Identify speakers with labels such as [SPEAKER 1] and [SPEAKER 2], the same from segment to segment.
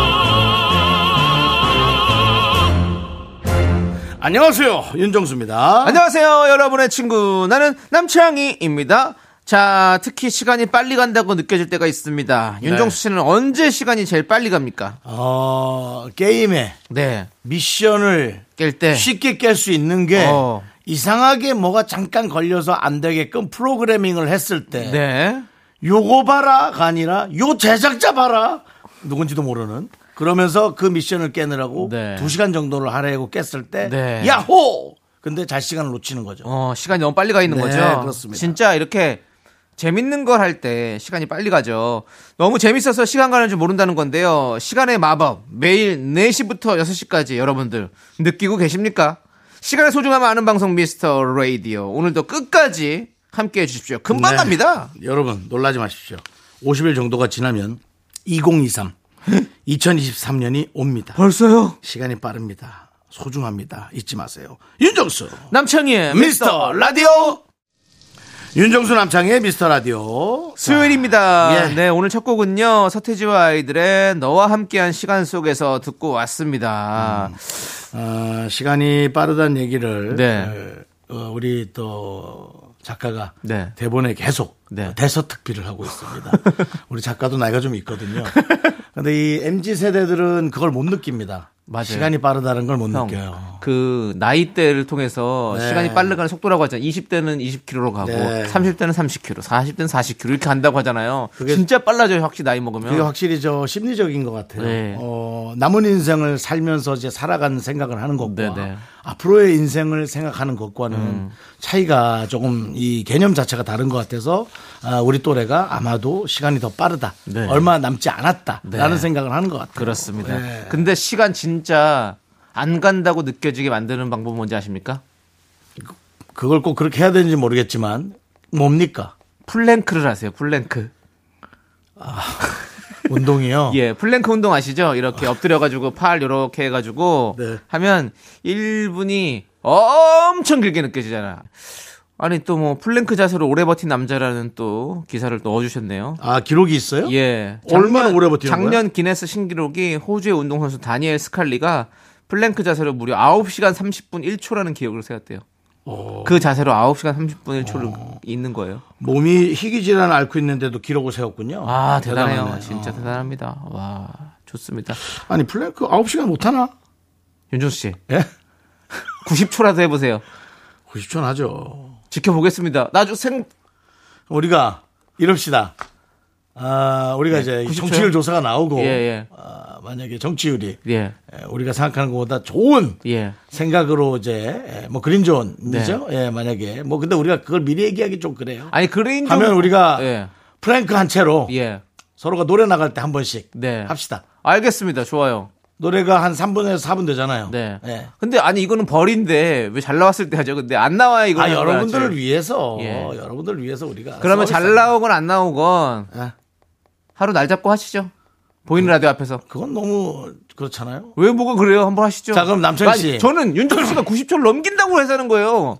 [SPEAKER 1] 안녕하세요
[SPEAKER 2] 아.
[SPEAKER 1] 윤정수입니다.
[SPEAKER 2] 안녕하세요, 여러분의 친구. 나는 남창희입니다. 자, 특히 시간이 빨리 간다고 느껴질 때가 있습니다. 윤정수 씨는 언제 시간이 제일 빨리 갑니까?
[SPEAKER 1] 어, 게임에
[SPEAKER 2] 네.
[SPEAKER 1] 미션을
[SPEAKER 2] 깰 때.
[SPEAKER 1] 쉽게 깰 수 있는 게
[SPEAKER 2] 네. 어.
[SPEAKER 1] 이상하게 뭐가 잠깐 걸려서 안 되게끔 프로그래밍을 했을 때
[SPEAKER 2] 네.
[SPEAKER 1] 요거 봐라가 아니라 요 제작자 봐라 누군지도 모르는 그러면서 그 미션을 깨느라고
[SPEAKER 2] 네.
[SPEAKER 1] 두 시간 정도를 하려고 깼을 때
[SPEAKER 2] 네.
[SPEAKER 1] 야호 근데 잘 시간을 놓치는 거죠.
[SPEAKER 2] 어, 시간이 너무 빨리 가 있는
[SPEAKER 1] 네,
[SPEAKER 2] 거죠.
[SPEAKER 1] 그렇습니다.
[SPEAKER 2] 진짜 이렇게 재밌는 걸 할 때 시간이 빨리 가죠. 너무 재밌어서 시간 가는 줄 모른다는 건데요. 시간의 마법. 매일 4시부터 6시까지 여러분들 느끼고 계십니까? 시간의 소중함을 아는 방송 미스터 라디오. 오늘도 끝까지 함께 해 주십시오. 금방
[SPEAKER 1] 네.
[SPEAKER 2] 갑니다.
[SPEAKER 1] 여러분 놀라지 마십시오. 50일 정도가 지나면 2023 2023년이 옵니다.
[SPEAKER 2] 벌써요?
[SPEAKER 1] 시간이 빠릅니다. 소중합니다. 잊지 마세요. 윤정수
[SPEAKER 2] 남창희의
[SPEAKER 1] 미스터 라디오 윤정수 남창의 미스터 라디오
[SPEAKER 2] 수요일입니다.
[SPEAKER 1] 예.
[SPEAKER 2] 네, 오늘 첫 곡은요. 서태지와 아이들의 너와 함께한 시간 속에서 듣고 왔습니다.
[SPEAKER 1] 음. 어, 시간이 빠르다는 얘기를
[SPEAKER 2] 네.
[SPEAKER 1] 어, 어, 우리 또 작가가
[SPEAKER 2] 네.
[SPEAKER 1] 대본에 계속
[SPEAKER 2] 네.
[SPEAKER 1] 대서특필을 하고 있습니다. 우리 작가도 나이가 좀 있거든요. 근데 이 MZ 세대들은 그걸 못 느낍니다.
[SPEAKER 2] 맞아요.
[SPEAKER 1] 시간이 빠르다는 걸 못
[SPEAKER 2] 형,
[SPEAKER 1] 느껴요.
[SPEAKER 2] 그 나이대를 통해서
[SPEAKER 1] 네.
[SPEAKER 2] 시간이 빨리 가는 속도라고 하잖아요. 20대는 20km로 가고
[SPEAKER 1] 네.
[SPEAKER 2] 30대는 30km, 40대는 40km 이렇게 간다고 하잖아요.
[SPEAKER 1] 그게-
[SPEAKER 2] 진짜 빨라져요, 확실히 나이 먹으면.
[SPEAKER 1] 그게 확실히 저 심리적인 것 같아요.
[SPEAKER 2] 어. 네.
[SPEAKER 1] 어, 남은 인생을 살면서 이제 살아가는 생각을 하는 것과
[SPEAKER 2] 네, 음. 네.
[SPEAKER 1] 앞으로의 인생을 생각하는 것과는 차이가 조금 이 개념 자체가 다른 것 같아서 아, 우리 또래가 아마도 시간이 더 빠르다.
[SPEAKER 2] 네.
[SPEAKER 1] 얼마 남지 않았다라는
[SPEAKER 2] 네.
[SPEAKER 1] 생각을 하는 것 같아요.
[SPEAKER 2] 그렇습니다.
[SPEAKER 1] 네.
[SPEAKER 2] 근데 시간 진짜 안 간다고 느껴지게 만드는 방법 뭔지 아십니까?
[SPEAKER 1] 그걸 꼭 그렇게 해야 되는지 모르겠지만 뭡니까?
[SPEAKER 2] 플랭크를 하세요. 플랭크.
[SPEAKER 1] 운동이요.
[SPEAKER 2] 예, 플랭크 운동 아시죠? 이렇게 엎드려가지고 팔 이렇게 해가지고
[SPEAKER 1] 네.
[SPEAKER 2] 하면 1분이 엄청 길게 느껴지잖아. 아니 또 뭐 플랭크 자세로 오래 버틴 남자라는 또 기사를 또 넣어주셨네요.
[SPEAKER 1] 아 기록이 있어요?
[SPEAKER 2] 예.
[SPEAKER 1] 얼마나 오래 버티는 거야?
[SPEAKER 2] 작년 기네스 신기록이 호주의 운동선수 다니엘 스칼리가 플랭크 자세로 무려 9시간 30분 1초라는 기록을 세웠대요.
[SPEAKER 1] 어,
[SPEAKER 2] 그 자세로 9시간 30분 1초를 있는 거예요.
[SPEAKER 1] 몸이 희귀 질환을 앓고 있는데도 기록을 세웠군요.
[SPEAKER 2] 아, 대단해요.
[SPEAKER 1] 대단하네.
[SPEAKER 2] 진짜
[SPEAKER 1] 어.
[SPEAKER 2] 대단합니다. 와, 좋습니다.
[SPEAKER 1] 아니 플랭크 9시간 못 하나?
[SPEAKER 2] 윤종수 씨,
[SPEAKER 1] 예?
[SPEAKER 2] 90초라도 해보세요.
[SPEAKER 1] 90초는 하죠.
[SPEAKER 2] 지켜보겠습니다. 나중 생
[SPEAKER 1] 우리가 이럽시다. 아, 우리가 이제
[SPEAKER 2] 90초 요?
[SPEAKER 1] 정치율 조사가 나오고
[SPEAKER 2] 네, 예, 예.
[SPEAKER 1] 아, 만약에 정치율이
[SPEAKER 2] 예.
[SPEAKER 1] 예, 우리가 생각하는 것보다 좋은
[SPEAKER 2] 예.
[SPEAKER 1] 생각으로 이제 예, 뭐 그린존이죠. 예, 만약에 뭐 근데 우리가 그걸 미리 얘기하기 좀 그래요.
[SPEAKER 2] 네. 아니 그린 좀-
[SPEAKER 1] 하면 우리가
[SPEAKER 2] 예.
[SPEAKER 1] 프랭크 한 채로
[SPEAKER 2] 예.
[SPEAKER 1] 서로가 노래 나갈 때 한 번씩
[SPEAKER 2] 네.
[SPEAKER 1] 합시다.
[SPEAKER 2] 알겠습니다. 좋아요.
[SPEAKER 1] 노래가 한 3분에서 4분 되잖아요.
[SPEAKER 2] 네.
[SPEAKER 1] 예.
[SPEAKER 2] 근데 아니 이거는 벌인데 왜 잘 나왔을 때 하죠? 근데 안 나와요 이거.
[SPEAKER 1] 아, 여러분들을 위해서
[SPEAKER 2] 예.
[SPEAKER 1] 여러분들을 위해서 우리가
[SPEAKER 2] 그러면
[SPEAKER 1] 써있어요.
[SPEAKER 2] 잘 나오건 안 나오건
[SPEAKER 1] 예.
[SPEAKER 2] 하루 날 잡고 하시죠. 보이는
[SPEAKER 1] 음.
[SPEAKER 2] 라디오 앞에서.
[SPEAKER 1] 그건 너무 그렇잖아요.
[SPEAKER 2] 왜 뭐가 그래요? 한번 하시죠.
[SPEAKER 1] 자, 그럼 남창희
[SPEAKER 2] 아니,
[SPEAKER 1] 씨.
[SPEAKER 2] 저는 윤정 씨가 90초를 넘긴다고 하자는 거예요.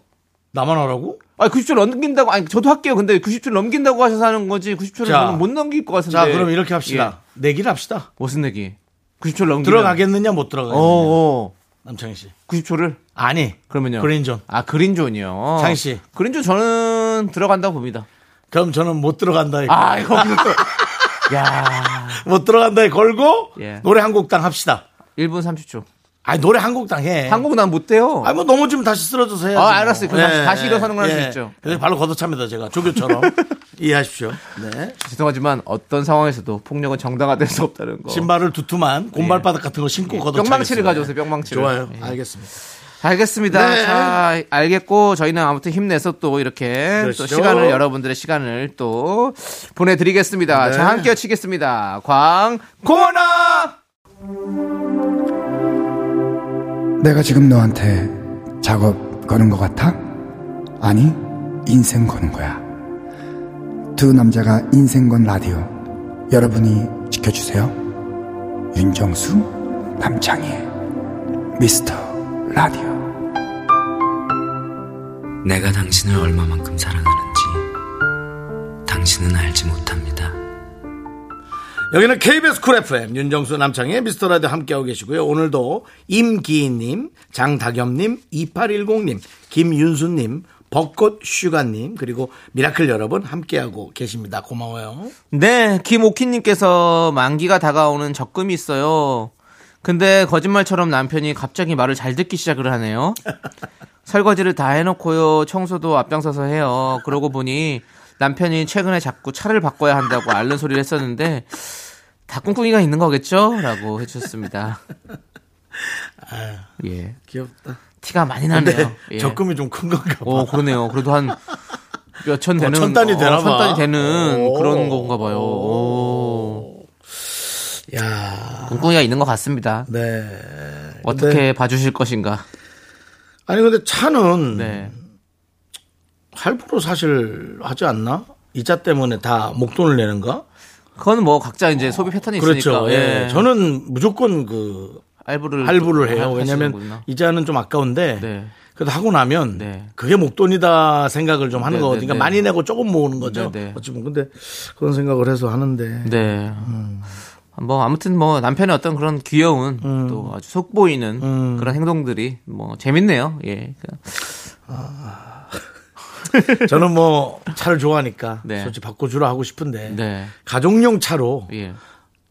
[SPEAKER 1] 나만 하라고?
[SPEAKER 2] 아니 90초 를 넘긴다고 아니 저도 할게요. 근데 90초 넘긴다고 하셔서 하는 거지 90초를
[SPEAKER 1] 자.
[SPEAKER 2] 저는 못 넘길 것 같은데.
[SPEAKER 1] 자, 그럼 이렇게 합시다. 내기를 합시다.
[SPEAKER 2] 네. 예. 무슨 얘기? 90초 넘기
[SPEAKER 1] 들어가겠느냐, 못
[SPEAKER 2] 어,
[SPEAKER 1] 들어가겠느냐.
[SPEAKER 2] 어.
[SPEAKER 1] 남창희 씨.
[SPEAKER 2] 90초를
[SPEAKER 1] 아니.
[SPEAKER 2] 그러면요.
[SPEAKER 1] 그린존.
[SPEAKER 2] 아 그린존이요.
[SPEAKER 1] 창희 씨.
[SPEAKER 2] 그린존 저는 들어간다고 봅니다.
[SPEAKER 1] 그럼 저는 못 들어간다.
[SPEAKER 2] 아 이거 야
[SPEAKER 1] 못 들어간다에 걸고
[SPEAKER 2] 예.
[SPEAKER 1] 노래 한 곡당 합시다.
[SPEAKER 2] 1분 30초.
[SPEAKER 1] 아니, 노래 한 곡당 해.
[SPEAKER 2] 한국 난 못돼요.
[SPEAKER 1] 네. 아니, 뭐 넘어지면 다시 쓰러져서 해야지.
[SPEAKER 2] 아,
[SPEAKER 1] 뭐.
[SPEAKER 2] 알았어요. 그럼 다시- 다시 일어서는 걸할수
[SPEAKER 1] 예.
[SPEAKER 2] 있죠.
[SPEAKER 1] 그래서 바로 걷어찹니다, 제가. 조교처럼. 이해하십시오. 네.
[SPEAKER 2] 죄송하지만 어떤 상황에서도 폭력은 정당화될 수 없다는 거.
[SPEAKER 1] 신발을 두툼한 곰발바닥 같은 거 신고 걷어차겠습니다.
[SPEAKER 2] 예. 뿅망치를 가져오세요. 뿅망치를.
[SPEAKER 1] 좋아요.
[SPEAKER 2] 예.
[SPEAKER 1] 알겠습니다.
[SPEAKER 2] 알겠습니다.
[SPEAKER 1] 네.
[SPEAKER 2] 자, 알겠고 저희는 아무튼 힘내서 또 이렇게
[SPEAKER 1] 그러시죠.
[SPEAKER 2] 또 시간을 여러분들의 시간을 또 보내드리겠습니다.
[SPEAKER 1] 네.
[SPEAKER 2] 자, 함께 치겠습니다. 광 고원아.
[SPEAKER 3] 내가 지금 너한테 작업 거는 것 같아? 아니, 인생 거는 거야. 두 남자가 인생 건 라디오. 여러분이 지켜주세요. 윤정수, 남창희, 미스터 라디오.
[SPEAKER 4] 내가 당신을 얼마만큼 사랑하는지 당신은 알지 못합니다.
[SPEAKER 1] 여기는 KBS 쿨 FM 윤정수 남창의 미스터라디오 함께하고 계시고요. 오늘도 임기인님, 장다겸님, 2810님, 김윤수님, 벚꽃 슈가님 그리고 미라클 여러분 함께하고 계십니다. 고마워요.
[SPEAKER 2] 네, 김옥희님께서 만기가 다가오는 적금이 있어요. 근데 거짓말처럼 남편이 갑자기 말을 잘 듣기 시작을 하네요. 설거지를 다 해놓고요. 청소도 앞장서서 해요. 그러고 보니 남편이 최근에 자꾸 차를 바꿔야 한다고 앓는 소리를 했었는데 다 꿍꿍이가 있는 거겠죠? 라고 해주셨습니다. 예.
[SPEAKER 1] 귀엽다.
[SPEAKER 2] 티가 많이 나네요.
[SPEAKER 1] 근데
[SPEAKER 2] 예.
[SPEAKER 1] 적금이 좀 큰 건가 봐.
[SPEAKER 2] 어, 그러네요. 그래도 한 몇천 되는.
[SPEAKER 1] 천 단위
[SPEAKER 2] 어,
[SPEAKER 1] 되나
[SPEAKER 2] 천
[SPEAKER 1] 봐.
[SPEAKER 2] 단위 되는
[SPEAKER 1] 오.
[SPEAKER 2] 그런 건가 봐요. 오.
[SPEAKER 1] 야,
[SPEAKER 2] 꿍꿍이가 있는 것 같습니다.
[SPEAKER 1] 네.
[SPEAKER 2] 어떻게
[SPEAKER 1] 근데-
[SPEAKER 2] 봐주실 것인가.
[SPEAKER 1] 아니 근데 차는
[SPEAKER 2] 네.
[SPEAKER 1] 할부로 사실 하지 않나? 이자 때문에 다 목돈을 내는가?
[SPEAKER 2] 그건 뭐 각자 이제 소비 패턴이 있으니까.
[SPEAKER 1] 그렇죠. 예.
[SPEAKER 2] 예.
[SPEAKER 1] 저는 무조건 그
[SPEAKER 2] 할부를
[SPEAKER 1] 할부를
[SPEAKER 2] 또
[SPEAKER 1] 해요. 왜냐면
[SPEAKER 2] 하시는구나.
[SPEAKER 1] 이자는 좀 아까운데
[SPEAKER 2] 네.
[SPEAKER 1] 그래도 하고 나면
[SPEAKER 2] 네.
[SPEAKER 1] 그게 목돈이다 생각을 좀 하는
[SPEAKER 2] 네,
[SPEAKER 1] 거거든요.
[SPEAKER 2] 네,
[SPEAKER 1] 그러니까
[SPEAKER 2] 네.
[SPEAKER 1] 많이 내고 조금 모으는 거죠.
[SPEAKER 2] 네, 네.
[SPEAKER 1] 어찌 보면 근데 그런 생각을 해서 하는데
[SPEAKER 2] 네.
[SPEAKER 1] 음.
[SPEAKER 2] 뭐 아무튼 뭐 남편의 어떤 그런 귀여운
[SPEAKER 1] 음.
[SPEAKER 2] 또 아주 속 보이는 그런 행동들이 뭐 재밌네요. 예.
[SPEAKER 1] 저는 뭐 차를 좋아하니까
[SPEAKER 2] 네.
[SPEAKER 1] 솔직히 바꿔주라 하고 싶은데
[SPEAKER 2] 네.
[SPEAKER 1] 가정용 차로
[SPEAKER 2] 예.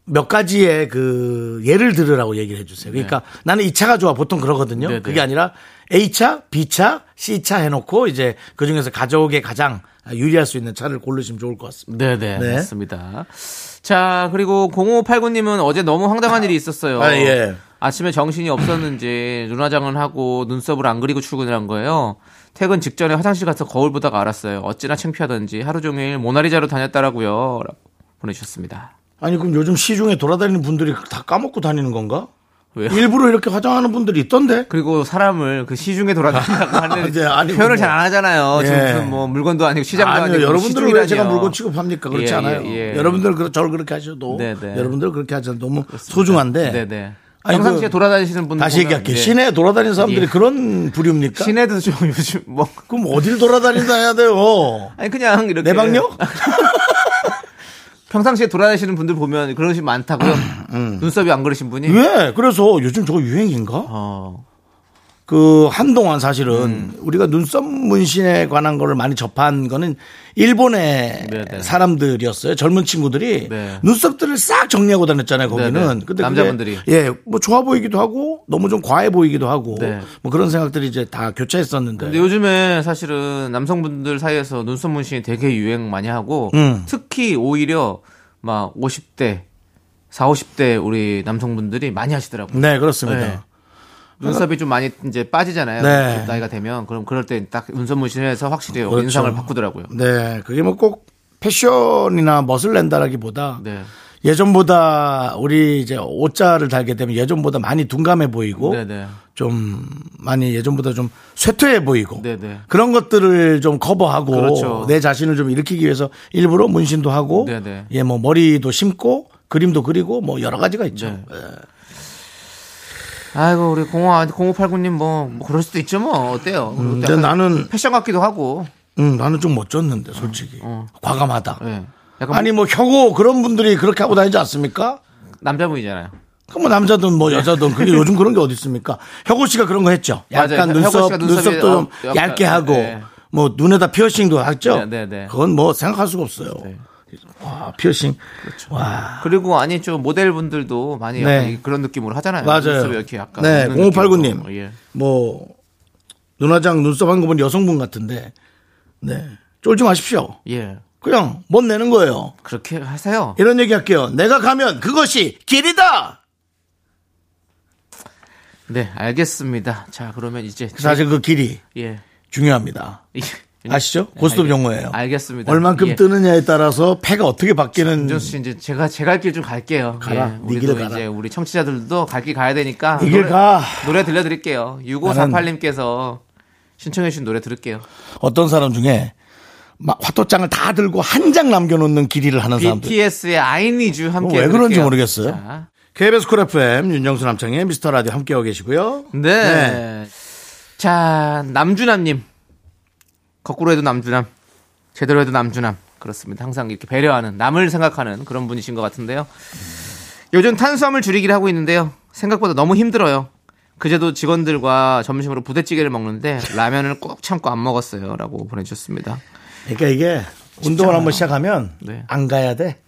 [SPEAKER 1] 몇 가지의 그 예를 들으라고 얘기를 해주세요. 그러니까 나는 이 차가 좋아 보통 그러거든요.
[SPEAKER 2] 네, 네.
[SPEAKER 1] 그게 아니라 A 차, B 차, C 차 해놓고 이제 그 중에서 가족에 가장 유리할 수 있는 차를 고르시면 좋을 것 같습니다.
[SPEAKER 2] 네네
[SPEAKER 1] 네.
[SPEAKER 2] 맞습니다. 자 그리고 0589님은 어제 너무 황당한 일이 있었어요.
[SPEAKER 1] 아, 예.
[SPEAKER 2] 침에 정신이 없었는지 눈화장을 하고 눈썹을 안 그리고 출근을 한 거예요. 퇴근 직전에 화장실 가서 거울 보다가 알았어요. 어찌나 창피하던지 하루 종일 모나리자로 다녔다라고요. 라고 보내주셨습니다.
[SPEAKER 1] 아니 그럼 요즘 시중에 돌아다니는 분들이 다 까먹고 다니는 건가?
[SPEAKER 2] 왜요?
[SPEAKER 1] 일부러 이렇게 화장하는 분들이 있던데.
[SPEAKER 2] 그리고 사람을 그 시중에 돌아다닌다고 하는
[SPEAKER 1] 이제 아니고
[SPEAKER 2] 표현을
[SPEAKER 1] 뭐.
[SPEAKER 2] 잘 안 하잖아요. 지금
[SPEAKER 1] 예.
[SPEAKER 2] 무슨 뭐 물건도 아니고 시장도 아니고
[SPEAKER 1] 아니요, 여러분들은 왜 제가
[SPEAKER 2] 시중이라니요.
[SPEAKER 1] 물건 취급합니까? 그렇지
[SPEAKER 2] 예,
[SPEAKER 1] 않아요.
[SPEAKER 2] 예, 예.
[SPEAKER 1] 여러분들 그 저를 그렇게 하셔도
[SPEAKER 2] 네, 네.
[SPEAKER 1] 여러분들 그렇게 하셔도 너무 소중한데.
[SPEAKER 2] 네네.
[SPEAKER 1] 아니,
[SPEAKER 2] 평상시에
[SPEAKER 1] 그-
[SPEAKER 2] 돌아다니시는 분들
[SPEAKER 1] 다시
[SPEAKER 2] 보면,
[SPEAKER 1] 얘기할게요.
[SPEAKER 2] 예.
[SPEAKER 1] 시내에 돌아다니는 사람들이
[SPEAKER 2] 예.
[SPEAKER 1] 그런 부류입니까?
[SPEAKER 2] 시내도 좀 요즘 뭐
[SPEAKER 1] 그럼 어딜 돌아다닌다 해야 돼요?
[SPEAKER 2] 아니 그냥 이렇게
[SPEAKER 1] 내 방역?
[SPEAKER 2] 평상시에 돌아다니시는 분들 보면 그런 식 많다고요. 눈썹이 안 그리신 분이
[SPEAKER 1] 음. 왜? 그래서 요즘 저거 유행인가?
[SPEAKER 2] 네. 어.
[SPEAKER 1] 그 한동안
[SPEAKER 2] 음.
[SPEAKER 1] 사실은 우리가 눈썹 문신에 관한 거를 많이 접한 거는 일본의
[SPEAKER 2] 네네.
[SPEAKER 1] 사람들이었어요. 젊은 친구들이
[SPEAKER 2] 네.
[SPEAKER 1] 눈썹들을 싹 정리하고 다녔잖아요. 거기는.
[SPEAKER 2] 네네.
[SPEAKER 1] 근데 그게
[SPEAKER 2] 남자분들이.
[SPEAKER 1] 예, 뭐 좋아 보이기도 하고 너무 좀 과해 보이기도 하고
[SPEAKER 2] 네.
[SPEAKER 1] 뭐 그런 생각들이 이제 다 교차했었는데.
[SPEAKER 2] 근데 요즘에 사실은 남성분들 사이에서 눈썹 문신이 되게 유행 많이 하고
[SPEAKER 1] 음.
[SPEAKER 2] 특히 오히려 막 50대 4, 50대 우리 남성분들이 많이 하시더라고요.
[SPEAKER 1] 네, 그렇습니다.
[SPEAKER 2] 네. 눈썹이 좀 많이 이제 빠지잖아요.
[SPEAKER 1] 네.
[SPEAKER 2] 그 나이가 되면 그럼 그럴 때 딱 눈썹 문신해서 확실히
[SPEAKER 1] 그렇죠.
[SPEAKER 2] 인상을 바꾸더라고요.
[SPEAKER 1] 네, 그게 뭐 꼭 패션이나 멋을 낸다라기보다
[SPEAKER 2] 네.
[SPEAKER 1] 예전보다 우리 이제 옷자를 달게 되면 예전보다 많이 둔감해 보이고
[SPEAKER 2] 네네.
[SPEAKER 1] 좀 많이 예전보다 좀 쇠퇴해 보이고
[SPEAKER 2] 네네.
[SPEAKER 1] 그런 것들을 좀 커버하고
[SPEAKER 2] 그렇죠.
[SPEAKER 1] 내 자신을 좀 일으키기 위해서 일부러 문신도 하고
[SPEAKER 2] 네네.
[SPEAKER 1] 예 뭐 머리도 심고 그림도 그리고 뭐 여러 가지가 있죠.
[SPEAKER 2] 네.
[SPEAKER 1] 예.
[SPEAKER 2] 아이고 우리 05 0589님 뭐, 뭐 그럴 수도 있죠 뭐 어때요? 그리고 또
[SPEAKER 1] 음, 근데
[SPEAKER 2] 약간
[SPEAKER 1] 나는
[SPEAKER 2] 패션 같기도 하고.
[SPEAKER 1] 음, 나는 좀 멋졌는데 솔직히
[SPEAKER 2] 어.
[SPEAKER 1] 과감하다.
[SPEAKER 2] 예. 약간
[SPEAKER 1] 아니 뭐 혁오 그런 분들이 그렇게 하고 다니지 않습니까?
[SPEAKER 2] 남자분이잖아요.
[SPEAKER 1] 그럼 뭐 남자든 뭐 여자든 그게 요즘 그런 게 어디 있습니까? 혁오 씨가 그런 거 했죠.
[SPEAKER 2] 네. 맞아요.
[SPEAKER 1] 약간
[SPEAKER 2] 혁- 혁오
[SPEAKER 1] 눈썹
[SPEAKER 2] 씨가 눈썹이
[SPEAKER 1] 눈썹도 좀
[SPEAKER 2] 어, 약간,
[SPEAKER 1] 얇게 하고
[SPEAKER 2] 네.
[SPEAKER 1] 뭐 눈에다 피어싱도 했죠.
[SPEAKER 2] 네, 네, 네.
[SPEAKER 1] 그건 뭐 생각할 수가 없어요. 와 피어싱.
[SPEAKER 2] 그렇죠.
[SPEAKER 1] 와
[SPEAKER 2] 그리고 아니 저 모델분들도 많이 약간
[SPEAKER 1] 네.
[SPEAKER 2] 그런 느낌으로 하잖아요.
[SPEAKER 1] 맞아요.
[SPEAKER 2] 눈썹이 이렇게 약간
[SPEAKER 1] 네,
[SPEAKER 2] 웃는
[SPEAKER 1] 0589님.
[SPEAKER 2] 느낌으로. 예.
[SPEAKER 1] 뭐 눈화장 눈썹 한 거 보면 여성분 같은데 네 쫄지 마십시오.
[SPEAKER 2] 예.
[SPEAKER 1] 그냥 못 내는 거예요.
[SPEAKER 2] 그렇게 하세요.
[SPEAKER 1] 이런 얘기 할게요. 내가 가면 그것이 길이다.
[SPEAKER 2] 네, 알겠습니다. 자, 그러면 이제
[SPEAKER 1] 사실 그 길이
[SPEAKER 2] 예.
[SPEAKER 1] 중요합니다.
[SPEAKER 2] 예.
[SPEAKER 1] 아시죠? 고스톱 용어예요.
[SPEAKER 2] 알겠습니다.
[SPEAKER 1] 얼만큼
[SPEAKER 2] 예.
[SPEAKER 1] 뜨느냐에 따라서 패가 어떻게 바뀌는
[SPEAKER 2] 윤정수 씨 이제 제가 제 갈 길 좀 갈게요. 예,
[SPEAKER 1] 가라. 네
[SPEAKER 2] 우리도
[SPEAKER 1] 길 가라. 네
[SPEAKER 2] 이제 우리 청취자들도 갈 길 가야 되니까
[SPEAKER 1] 이길 가.
[SPEAKER 2] 노래 들려드릴게요. 6548님께서 신청해주신 노래 들을게요.
[SPEAKER 1] 어떤 사람 중에 막 화토장을 다 들고 한 장 남겨놓는 길이를 하는 사람들.
[SPEAKER 2] BTS의 I Need You 함께.
[SPEAKER 1] 왜
[SPEAKER 2] 들을게요.
[SPEAKER 1] 그런지 모르겠어요.
[SPEAKER 2] 자,
[SPEAKER 1] KBS 쿨 FM 윤정수 남창의 미스터 라디오 함께하고 계시고요.
[SPEAKER 2] 네. 자, 남주남님. 거꾸로 해도 남주남. 제대로 해도 남주남. 그렇습니다. 항상 이렇게 배려하는, 남을 생각하는 그런 분이신 것 같은데요. 요즘 탄수화물 줄이기를 하고 있는데요. 생각보다 너무 힘들어요. 그제도 직원들과 점심으로 부대찌개를 먹는데 라면을 꼭 참고 안 먹었어요. 라고 보내주셨습니다.
[SPEAKER 1] 그러니까 이게 운동을 한번 시작하면
[SPEAKER 2] 네. 음.
[SPEAKER 1] 안 가야 돼.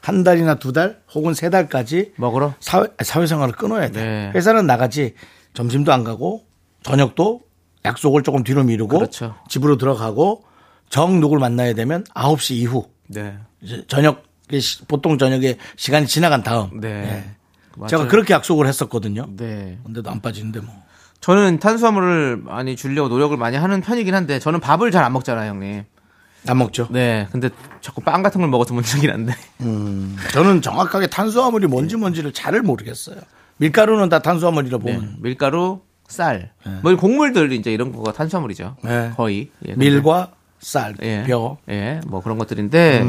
[SPEAKER 1] 한 달이나 두 달 혹은 세 달까지
[SPEAKER 2] 먹으러?
[SPEAKER 1] 사회, 사회생활을 끊어야 돼.
[SPEAKER 2] 네.
[SPEAKER 1] 회사는 나가지 점심도 안 가고 저녁도 약속을 조금 뒤로 미루고
[SPEAKER 2] 그렇죠.
[SPEAKER 1] 집으로 들어가고 정 누굴 만나야 되면 9시 이후
[SPEAKER 2] 네.
[SPEAKER 1] 이제 저녁 시- 보통 저녁에 시간이 지나간 다음 예.
[SPEAKER 2] 네. 맞아요.
[SPEAKER 1] 제가 그렇게 약속을 했었거든요.
[SPEAKER 2] 네.
[SPEAKER 1] 근데도 안 빠지는데 뭐.
[SPEAKER 2] 저는 탄수화물을 많이 줄려고 노력을 많이 하는 편이긴 한데 저는 밥을 잘 안 먹잖아요, 형님.
[SPEAKER 1] 안 먹죠.
[SPEAKER 2] 네, 근데 자꾸 빵 같은 걸 먹어서 문제긴 한데.
[SPEAKER 1] 음. 저는 정확하게 탄수화물이 뭔지 뭔지를 잘 모르겠어요. 밀가루는 다 탄수화물이라 보면
[SPEAKER 2] 네. 네, 밀가루, 쌀,
[SPEAKER 1] 예.
[SPEAKER 2] 뭐 이런 곡물들 이제 이런 거가 탄수화물이죠.
[SPEAKER 1] 네.
[SPEAKER 2] 거의 예, 근데-
[SPEAKER 1] 밀과 쌀,
[SPEAKER 2] 예,
[SPEAKER 1] 벼 음.
[SPEAKER 2] 예, 뭐 그런 것들인데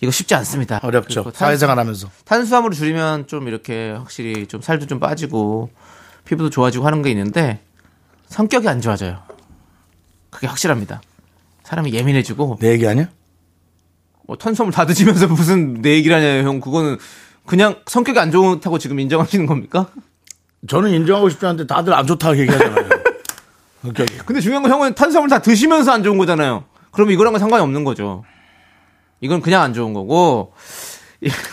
[SPEAKER 2] 이거 쉽지 않습니다.
[SPEAKER 1] 어렵죠.
[SPEAKER 2] 그리고 탄-
[SPEAKER 1] 사회생활하면서
[SPEAKER 2] 탄수화물을 줄이면 좀 이렇게 확실히 좀 살도 좀 빠지고 피부도 좋아지고 하는 게 있는데 성격이 안 좋아져요. 그게 확실합니다. 사람이 예민해지고
[SPEAKER 1] 내 얘기 아니야?
[SPEAKER 2] 뭐 탄수화물 다 드시면서 무슨 내 얘기를 하냐, 형. 그거는 그냥 성격이 안 좋다고 지금 인정하시는 겁니까?
[SPEAKER 1] 저는 인정하고 싶지 않은데 다들 안 좋다고 얘기하잖아요. 성격이.
[SPEAKER 2] 근데 중요한 건 형은 탄수화물 다 드시면서 안 좋은 거잖아요. 그럼 이거랑은 상관이 없는 거죠. 이건 그냥 안 좋은 거고,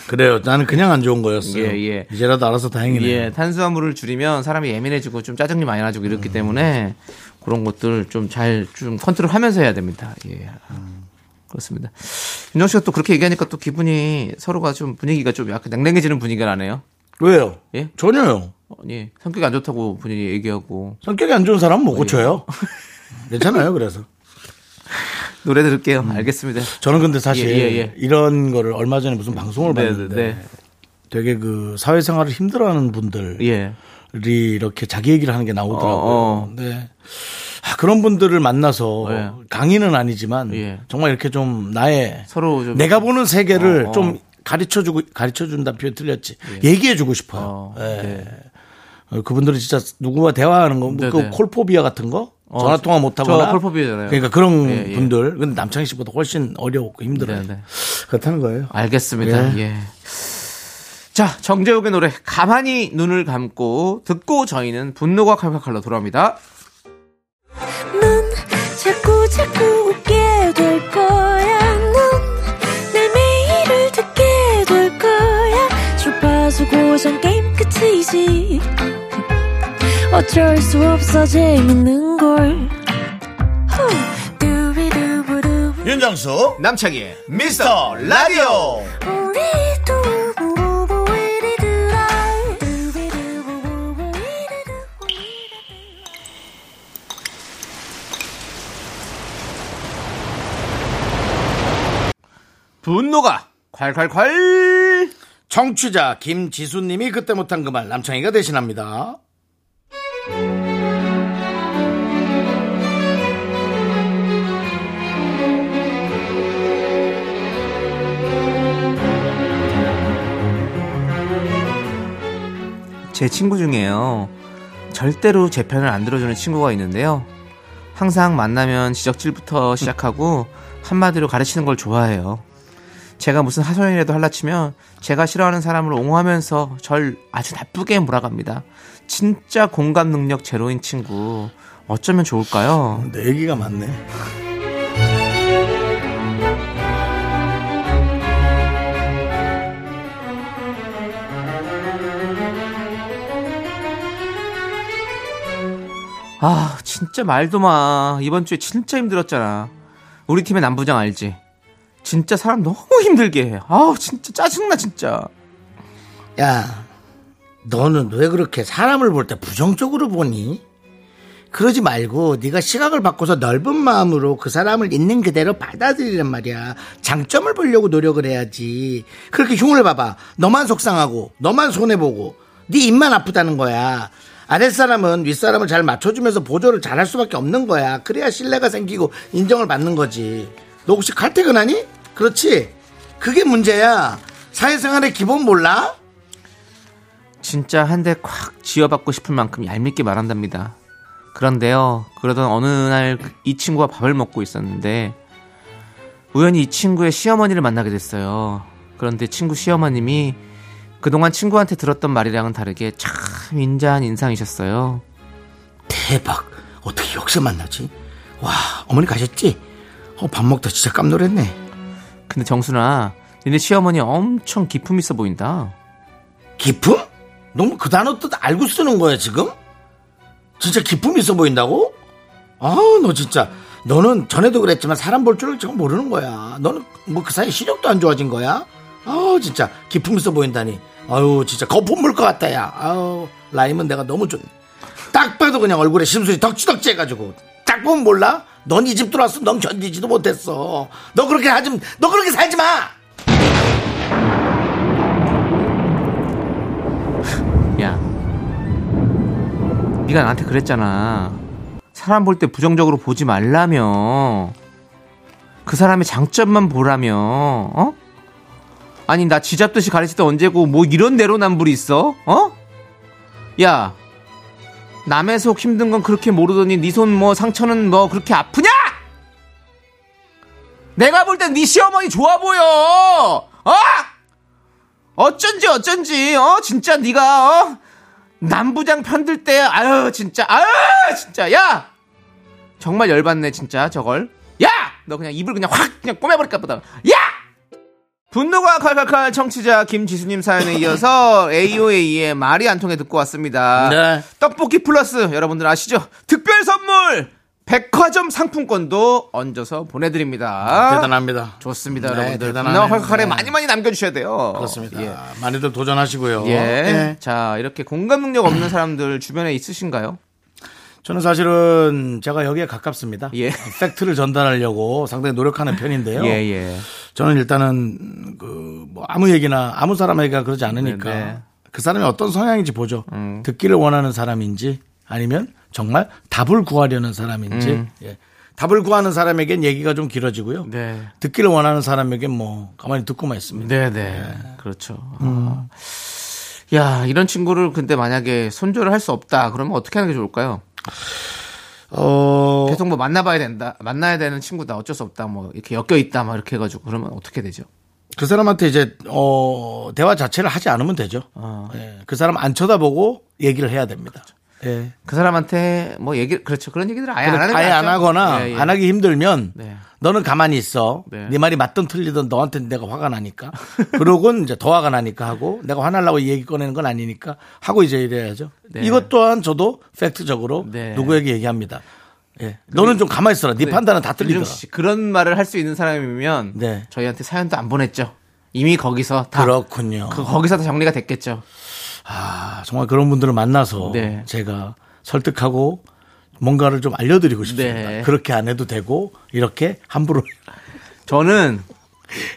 [SPEAKER 1] 그래요. 나는 그냥 안 좋은 거였어요.
[SPEAKER 2] 예, 예.
[SPEAKER 1] 이제라도 알아서 다행이네요.
[SPEAKER 2] 예, 탄수화물을 줄이면 사람이 예민해지고 좀 짜증이 많이 나지고 이렇기
[SPEAKER 1] 음.
[SPEAKER 2] 때문에 그런 것들 좀 잘 좀 컨트롤 하면서 해야 됩니다. 예. 그렇습니다. 윤정 씨가 또 그렇게 얘기하니까 또 기분이 서로가 좀 분위기가 좀 약간 냉랭해지는 분위기가 나네요.
[SPEAKER 1] 왜요?
[SPEAKER 2] 예?
[SPEAKER 1] 전혀요.
[SPEAKER 2] 예, 성격이 안 좋다고 분위기 얘기하고.
[SPEAKER 1] 성격이 안 좋은 사람은
[SPEAKER 2] 어,
[SPEAKER 1] 못 고쳐요.
[SPEAKER 2] 예.
[SPEAKER 1] 괜찮아요. 그래서
[SPEAKER 2] 노래 들을게요.
[SPEAKER 1] 음.
[SPEAKER 2] 알겠습니다.
[SPEAKER 1] 저는 근데 사실
[SPEAKER 2] 예, 예, 예.
[SPEAKER 1] 이런 거를 얼마 전에 무슨 방송을
[SPEAKER 2] 네, 네,
[SPEAKER 1] 봤는데
[SPEAKER 2] 네.
[SPEAKER 1] 되게 그 사회생활을 힘들어하는 분들
[SPEAKER 2] 예.
[SPEAKER 1] 분들이 이렇게 자기 얘기를 하는 게 나오더라고요.
[SPEAKER 2] 어, 어.
[SPEAKER 1] 네. 아, 그런 분들을 만나서
[SPEAKER 2] 예.
[SPEAKER 1] 강의는 아니지만
[SPEAKER 2] 예.
[SPEAKER 1] 정말 이렇게 좀 나의
[SPEAKER 2] 서로 좀
[SPEAKER 1] 내가 보는 세계를
[SPEAKER 2] 어, 어.
[SPEAKER 1] 좀 가르쳐 주고 가르쳐 준다 표현 틀렸지. 얘기해 주고 싶어요.
[SPEAKER 2] 어,
[SPEAKER 1] 예.
[SPEAKER 2] 네.
[SPEAKER 1] 어, 그분들이 진짜 누구와 대화하는 거, 뭐
[SPEAKER 2] 네네.
[SPEAKER 1] 그 콜포비아 같은 거,
[SPEAKER 2] 어,
[SPEAKER 1] 전화
[SPEAKER 2] 저-
[SPEAKER 1] 통화 못 하거나.
[SPEAKER 2] 저 콜포비아잖아요.
[SPEAKER 1] 그러니까 그런
[SPEAKER 2] 예, 예.
[SPEAKER 1] 분들, 근데 남창희 씨보다 훨씬 어려웠고 힘들어요.
[SPEAKER 2] 네네.
[SPEAKER 1] 그렇다는 거예요.
[SPEAKER 2] 알겠습니다.
[SPEAKER 1] 예.
[SPEAKER 2] 예. 자, 정재욱의 노래 가만히 눈을 감고 듣고 저희는 분노가 칼칼칼로 돌아옵니다.
[SPEAKER 5] 넌 자꾸 자꾸 웃게 될 거야. 넌내 매일을 듣게 될 거야. 주파수 고정 게임 끝이지. 어쩔 수 없어 재밌는 걸. 후. 두비두부두.
[SPEAKER 1] 윤정수,
[SPEAKER 2] 남창희의
[SPEAKER 1] 미스터 라디오.
[SPEAKER 5] 우리 두부부부 우리 두라. 두비두부부부 우리 두부부.
[SPEAKER 2] 분노가 콸콸콸!
[SPEAKER 1] 청취자 김지수님이 그때 못한 그 말 남창희가 대신합니다.
[SPEAKER 2] 제 친구 중에요. 절대로 제 편을 안 들어주는 친구가 있는데요. 항상 만나면 지적질부터 시작하고 한마디로 가르치는 걸 좋아해요. 제가 무슨 하소연이라도 할라치면 제가 싫어하는 사람을 옹호하면서 절 아주 나쁘게 몰아갑니다. 진짜 공감 능력 제로인 친구. 어쩌면 좋을까요?
[SPEAKER 1] 내 얘기가 맞네.
[SPEAKER 2] 아, 진짜 말도 마. 이번 주에 진짜 힘들었잖아. 우리 팀의 남부장 알지? 진짜 사람 너무 힘들게 해. 아우, 진짜 짜증나, 진짜.
[SPEAKER 1] 야, 너는 왜 그렇게 사람을 볼 때 부정적으로 보니? 그러지 말고 네가 시각을 바꿔서 넓은 마음으로 그 사람을 있는 그대로 받아들이란 말이야. 장점을 보려고 노력을 해야지. 그렇게 흉을 봐봐. 너만 속상하고 너만 손해보고 네 입만 아프다는 거야. 아랫사람은 윗사람을 잘 맞춰주면서 보조를 잘할 수밖에 없는 거야. 그래야 신뢰가 생기고 인정을 받는 거지. 너 혹시 칼퇴근하니? 그렇지. 그게 문제야. 사회생활의 기본 몰라?
[SPEAKER 2] 진짜 한 대 콱 쥐어박고 싶을 만큼 얄밉게 말한답니다. 그런데요, 그러던 어느 날 이 친구와 밥을 먹고 있었는데 우연히 이 친구의 시어머니를 만나게 됐어요. 그런데 친구 시어머님이 그동안 친구한테 들었던 말이랑은 다르게 참 인자한 인상이셨어요.
[SPEAKER 1] 대박. 어떻게 여기서 만나지? 와, 어머니 가셨지? 어, 밥 먹다 진짜 깜놀했네.
[SPEAKER 2] 근데 정순아, 니네 시어머니 엄청 기품 있어 보인다.
[SPEAKER 1] 기품? 너무 그 단어 뜻 알고 쓰는 거야, 지금? 진짜 기품 있어 보인다고? 아, 너 진짜. 너는 전에도 그랬지만 사람 볼 줄을 정 모르는 거야. 너는 뭐 그 사이 시력도 안 좋아진 거야? 아, 진짜. 기품 있어 보인다니. 아유, 진짜 거품 물 것 같다, 야. 아유, 라임은 내가 너무 좋네. 딱 봐도 그냥 얼굴에 심술이 덕지덕지 해가지고. 딱 보면 몰라? 넌 이 집 들어왔으면 넌 견디지도 못했어. 너 그렇게 하지, 너 그렇게 살지 마!
[SPEAKER 2] 야, 네가 나한테 그랬잖아. 사람 볼 때 부정적으로 보지 말라며. 그 사람의 장점만 보라며. 어? 아니 나 지잡듯이 가르칠 때 언제고 뭐 이런 내로남불이 있어? 어? 야, 남의 속 힘든 건 그렇게 모르더니 네 손 뭐 상처는 뭐 그렇게 아프냐? 내가 볼 땐 네 시어머니 좋아 보여. 어? 어쩐지 어쩐지 어 진짜 네가 어 남부장 편들 때 아유 진짜 아유 진짜 야 정말 열받네 진짜 저걸 야 너 그냥 입을 그냥 확 그냥 꼬매버릴까 보다 야 분노가 칼칼칼 청취자 김지수님 사연에 이어서 AOA의 말이 안 통해 듣고 왔습니다
[SPEAKER 1] 네.
[SPEAKER 2] 떡볶이 플러스 여러분들 아시죠 특별 선물 백화점 상품권도 얹어서 보내드립니다
[SPEAKER 1] 아, 대단합니다.
[SPEAKER 2] 좋습니다,
[SPEAKER 1] 네,
[SPEAKER 2] 여러분들.
[SPEAKER 1] 대단하네요.
[SPEAKER 2] 분노가 칼칼칼에
[SPEAKER 1] 네.
[SPEAKER 2] 많이 많이 남겨주셔야 돼요.
[SPEAKER 1] 그렇습니다.
[SPEAKER 2] 예.
[SPEAKER 1] 어, 많이들 도전하시고요.
[SPEAKER 2] 예.
[SPEAKER 1] 예.
[SPEAKER 2] 자, 이렇게 공감 능력 없는 사람들 주변에 있으신가요?
[SPEAKER 1] 저는 사실은 제가 여기에 가깝습니다.
[SPEAKER 2] 예.
[SPEAKER 1] 팩트를 전달하려고 상당히 노력하는 편인데요.
[SPEAKER 2] 예, 예.
[SPEAKER 1] 저는 일단은 그 뭐 아무 얘기나 아무 사람 얘기가 그러지 않으니까
[SPEAKER 2] 네, 음. 네.
[SPEAKER 1] 그 사람이 어떤 성향인지 보죠. 듣기를 원하는 사람인지 아니면 정말 답을 구하려는 사람인지. 예. 답을 구하는 사람에겐 얘기가 좀 길어지고요.
[SPEAKER 2] 음. 네.
[SPEAKER 1] 듣기를 원하는 사람에겐 뭐 가만히 듣고만 있습니다.
[SPEAKER 2] 네, 네. 그렇죠. 아. 야, 이런 친구를 근데 만약에 손절을 할 수 없다. 그러면 어떻게 하는 게 좋을까요?
[SPEAKER 1] 어,
[SPEAKER 2] 계속 뭐 만나봐야 된다. 만나야 되는 친구다. 어쩔 수 없다. 뭐 이렇게 엮여 있다. 막 이렇게 해가지고 그러면 어떻게 되죠?
[SPEAKER 1] 그 사람한테 이제 어 대화 자체를 하지 않으면 되죠. 예, 그 사람 안 쳐다보고 얘기를 해야 됩니다. 예.
[SPEAKER 2] 어. 그 사람한테 뭐 얘기, 그렇죠. 그런 얘기들을 아예 안 하는 게
[SPEAKER 1] 아예 안
[SPEAKER 2] 낫죠.
[SPEAKER 1] 하거나
[SPEAKER 2] 예, 예.
[SPEAKER 1] 안 하기 힘들면
[SPEAKER 2] 네.
[SPEAKER 1] 너는 가만히 있어. 네.
[SPEAKER 2] 네.
[SPEAKER 1] 말이 맞든 틀리든 너한테 내가 화가 나니까. 그러곤 이제 더 화가 나니까 하고 내가 화날라고 이 얘기 꺼내는 건 아니니까 하고 이제 이래야죠.
[SPEAKER 2] 네.
[SPEAKER 1] 이것 또한 저도 팩트적으로
[SPEAKER 2] 네.
[SPEAKER 1] 누구에게 얘기합니다. 예. 너는 좀 가만히 있어라. 네 판단은 다
[SPEAKER 2] 윤정
[SPEAKER 1] 틀리더라.
[SPEAKER 2] 씨, 그런 말을 할 수 있는 사람이면
[SPEAKER 1] 네.
[SPEAKER 2] 저희한테 사연도 안 보냈죠. 이미 거기서 다
[SPEAKER 1] 그렇군요.
[SPEAKER 2] 그 거기서 다 정리가 됐겠죠.
[SPEAKER 1] 아, 정말 그런 분들을 만나서
[SPEAKER 2] 네.
[SPEAKER 1] 제가 설득하고 뭔가를 좀 알려드리고 싶습니다.
[SPEAKER 2] 네.
[SPEAKER 1] 그렇게 안 해도 되고 이렇게 함부로
[SPEAKER 2] 저는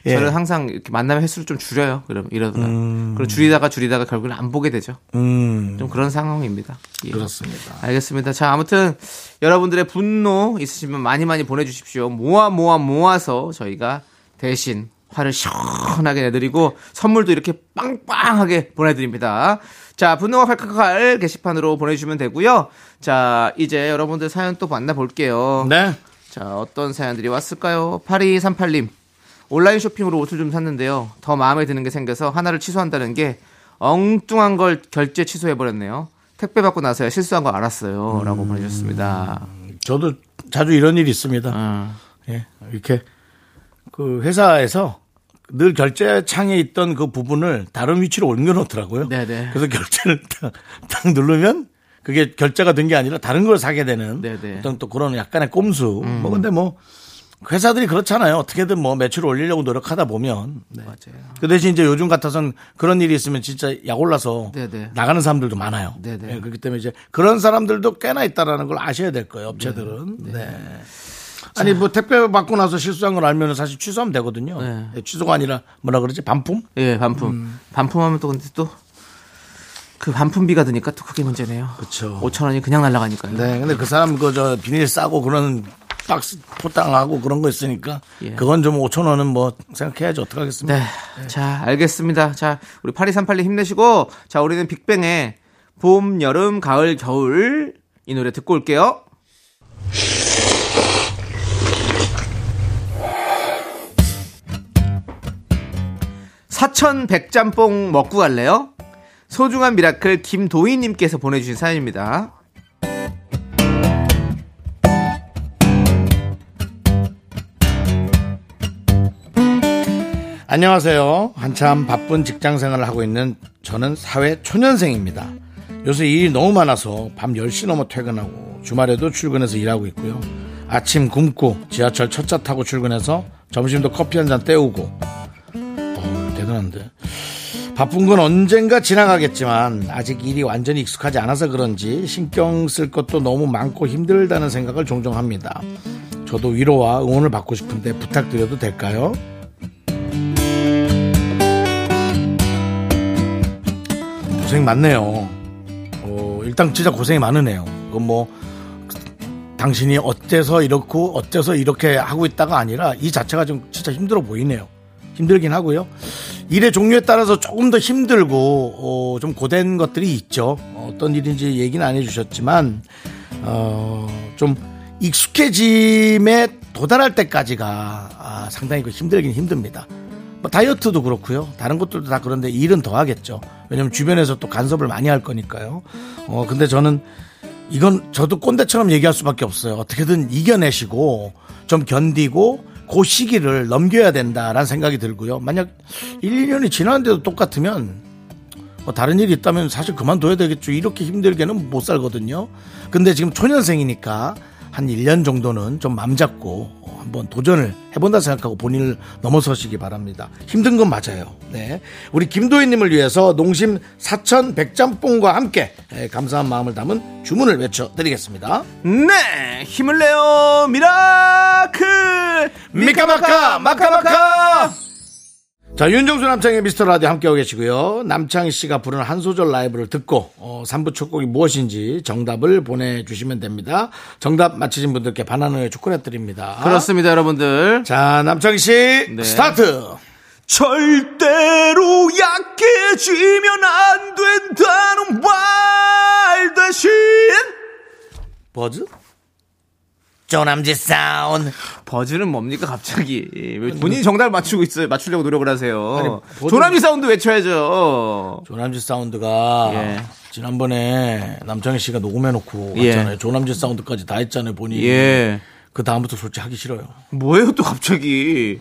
[SPEAKER 1] 예.
[SPEAKER 2] 저는 항상 이렇게 만남 횟수를 좀 줄여요. 그럼 이러다 그럼 줄이다가 줄이다가 결국엔 안 보게 되죠.
[SPEAKER 1] 음,
[SPEAKER 2] 좀 그런 상황입니다. 예.
[SPEAKER 1] 그렇습니다.
[SPEAKER 2] 알겠습니다. 자, 아무튼 여러분들의 분노 있으시면 많이 많이 보내주십시오. 모아 모아 모아서 저희가 대신 화를 시원하게 내드리고 선물도 이렇게 빵빵하게 보내드립니다. 자, 분노가 칼칼칼 게시판으로 보내주시면 되고요. 자, 이제 여러분들 사연 또 만나볼게요.
[SPEAKER 1] 네.
[SPEAKER 2] 자, 어떤 사연들이 왔을까요? 8238님. 온라인 쇼핑으로 옷을 좀 샀는데요. 더 마음에 드는 게 생겨서 하나를 취소한다는 게 엉뚱한 걸 결제 취소해버렸네요. 택배 받고 나서야 실수한 걸 알았어요.
[SPEAKER 1] 음.
[SPEAKER 2] 라고 보내주셨습니다.
[SPEAKER 1] 저도 자주 이런 일이 있습니다.
[SPEAKER 2] 아,
[SPEAKER 1] 예, 이렇게 그 회사에서 늘 결제 창에 있던 그 부분을 다른 위치로 옮겨놓더라고요.
[SPEAKER 2] 네네.
[SPEAKER 1] 그래서 결제를 딱, 딱 누르면 그게 결제가 된 게 아니라 다른 걸 사게 되는
[SPEAKER 2] 네네. 음.
[SPEAKER 1] 어떤 또 그런 약간의 꼼수. 뭐 근데 뭐 회사들이 그렇잖아요. 어떻게든 뭐 매출을 올리려고 노력하다 보면. 네.
[SPEAKER 2] 맞아요.
[SPEAKER 1] 그 대신 이제 요즘 같아선 그런 일이 있으면 진짜 약 올라서
[SPEAKER 2] 네네.
[SPEAKER 1] 나가는 사람들도 많아요.
[SPEAKER 2] 네네.
[SPEAKER 1] 예, 그렇기 때문에 이제 그런 사람들도 꽤나 있다라는 걸 아셔야 될 거예요. 업체들은. 네. 아니 뭐 택배 받고 나서 실수한 걸 알면 사실 취소하면 되거든요.
[SPEAKER 2] 네.
[SPEAKER 1] 예, 취소가 아니라 뭐라 그러지 반품?
[SPEAKER 2] 예, 반품. 반품하면 또 근데 또 그 반품비가 드니까 또 그게 문제네요.
[SPEAKER 1] 그쵸.
[SPEAKER 2] 5천 원이 그냥 날아가니까요.
[SPEAKER 1] 네, 근데 그 사람 그 저 비닐 싸고 그런 박스 포장하고 그런 거 있으니까
[SPEAKER 2] 예.
[SPEAKER 1] 그건 좀 5천 원은 뭐 생각해야지 어떡하겠습니까?
[SPEAKER 2] 네. 자, 알겠습니다. 자, 우리 8238님 힘내시고, 자, 우리는 빅뱅의 봄, 여름, 가을, 겨울 이 노래 듣고 올게요. 사천 백짬뽕 먹고 갈래요? 소중한 미라클 김도희님께서 보내주신 사연입니다.
[SPEAKER 1] 안녕하세요. 한참 바쁜 직장 생활을 하고 있는 저는 사회 초년생입니다. 요새 일이 너무 많아서 밤 10시 넘어 퇴근하고 주말에도 출근해서 일하고 있고요. 아침 굶고 지하철 첫 차 타고 출근해서 점심도 커피 한 잔 때우고 어, 대단한데. 바쁜 건 언젠가 지나가겠지만 아직 일이 완전히 익숙하지 않아서 그런지 신경 쓸 것도 너무 많고 힘들다는 생각을 종종 합니다. 저도 위로와 응원을 받고 싶은데 부탁드려도 될까요? 고생이 많네요. 어, 일단 진짜 고생이 많으네요. 그건 뭐 당신이 어째서 이렇고 어째서 이렇게 하고 있다가 아니라 이 자체가 좀 진짜 힘들어 보이네요. 힘들긴 하고요. 일의 종류에 따라서 조금 더 힘들고 어, 좀 고된 것들이 있죠. 어떤 일인지 얘기는 안 해주셨지만 어, 좀 익숙해짐에 도달할 때까지가 아, 상당히 그 힘들긴 힘듭니다. 뭐 다이어트도 그렇고요. 다른 것들도 다 그런데 일은 더 하겠죠. 왜냐면 주변에서 또 간섭을 많이 할 거니까요. 어, 근데 저는 이건 저도 꼰대처럼 얘기할 수밖에 없어요. 어떻게든 이겨내시고 좀 견디고 그 시기를 넘겨야 된다라는 생각이 들고요. 만약 1, 2년이 지났는데도 똑같으면 뭐 다른 일이 있다면 사실 그만둬야 되겠죠. 이렇게 힘들게는 못 살거든요. 근데 지금 초년생이니까 한 1년 정도는 좀 맘잡고 어, 한번 도전을 해본다 생각하고 본인을 넘어서시기 바랍니다. 힘든 건 맞아요. 네. 우리 김도희님을 위해서 농심 사천 백짬뽕과 함께 예, 감사한 마음을 담은 주문을 외쳐드리겠습니다.
[SPEAKER 2] 네! 힘을 내요! 미라클!
[SPEAKER 1] 미카마카! 마카마카! 자, 윤정수 남창의 미스터 라디오 함께하고 계시고요. 남창희 씨가 부른 한 소절 라이브를 듣고, 어, 3부 첫 곡이 무엇인지 정답을 보내주시면 됩니다. 정답 맞히신 분들께 바나나의 초콜릿 드립니다. 네.
[SPEAKER 2] 그렇습니다, 여러분들.
[SPEAKER 1] 자, 남창희 씨, 스타트!
[SPEAKER 2] 절대로 약해지면 안 된다는 말 대신
[SPEAKER 1] 버즈? 조남지 사운.
[SPEAKER 2] 버즈는 뭡니까 갑자기 왜 본인이 정답을 맞추고 있어요 맞추려고 노력을 하세요
[SPEAKER 1] 뭐- 아니, 버즈는-
[SPEAKER 2] 조남지 사운드 외쳐야죠
[SPEAKER 1] 조남지 사운드가
[SPEAKER 2] 예.
[SPEAKER 1] 지난번에 남창희 씨가 녹음해놓고
[SPEAKER 2] 예.
[SPEAKER 1] 했잖아요. 조남지 사운드까지 다 했잖아요, 본인이.
[SPEAKER 2] 예
[SPEAKER 1] 그 다음부터 솔직히 하기 싫어요.
[SPEAKER 2] 뭐예요 또 갑자기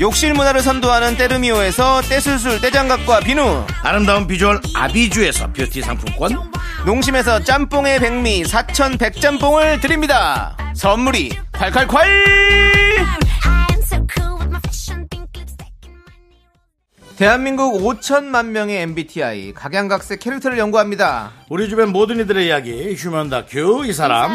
[SPEAKER 2] 욕실 문화를 선도하는 때르미오에서 떼술술 떼장갑과 비누,
[SPEAKER 1] 아름다운 비주얼 아비주에서 뷰티 상품권.
[SPEAKER 2] 농심에서 짬뽕의 백미 사천 백짬뽕을 드립니다. 선물이 콸콸콸!
[SPEAKER 5] I am so cool with my fashion pink lipstick and my
[SPEAKER 2] 대한민국 5천만 명의 MBTI 각양각색 캐릭터를 연구합니다.
[SPEAKER 1] 우리 주변 모든 이들의 이야기 휴먼 다큐 이 사람.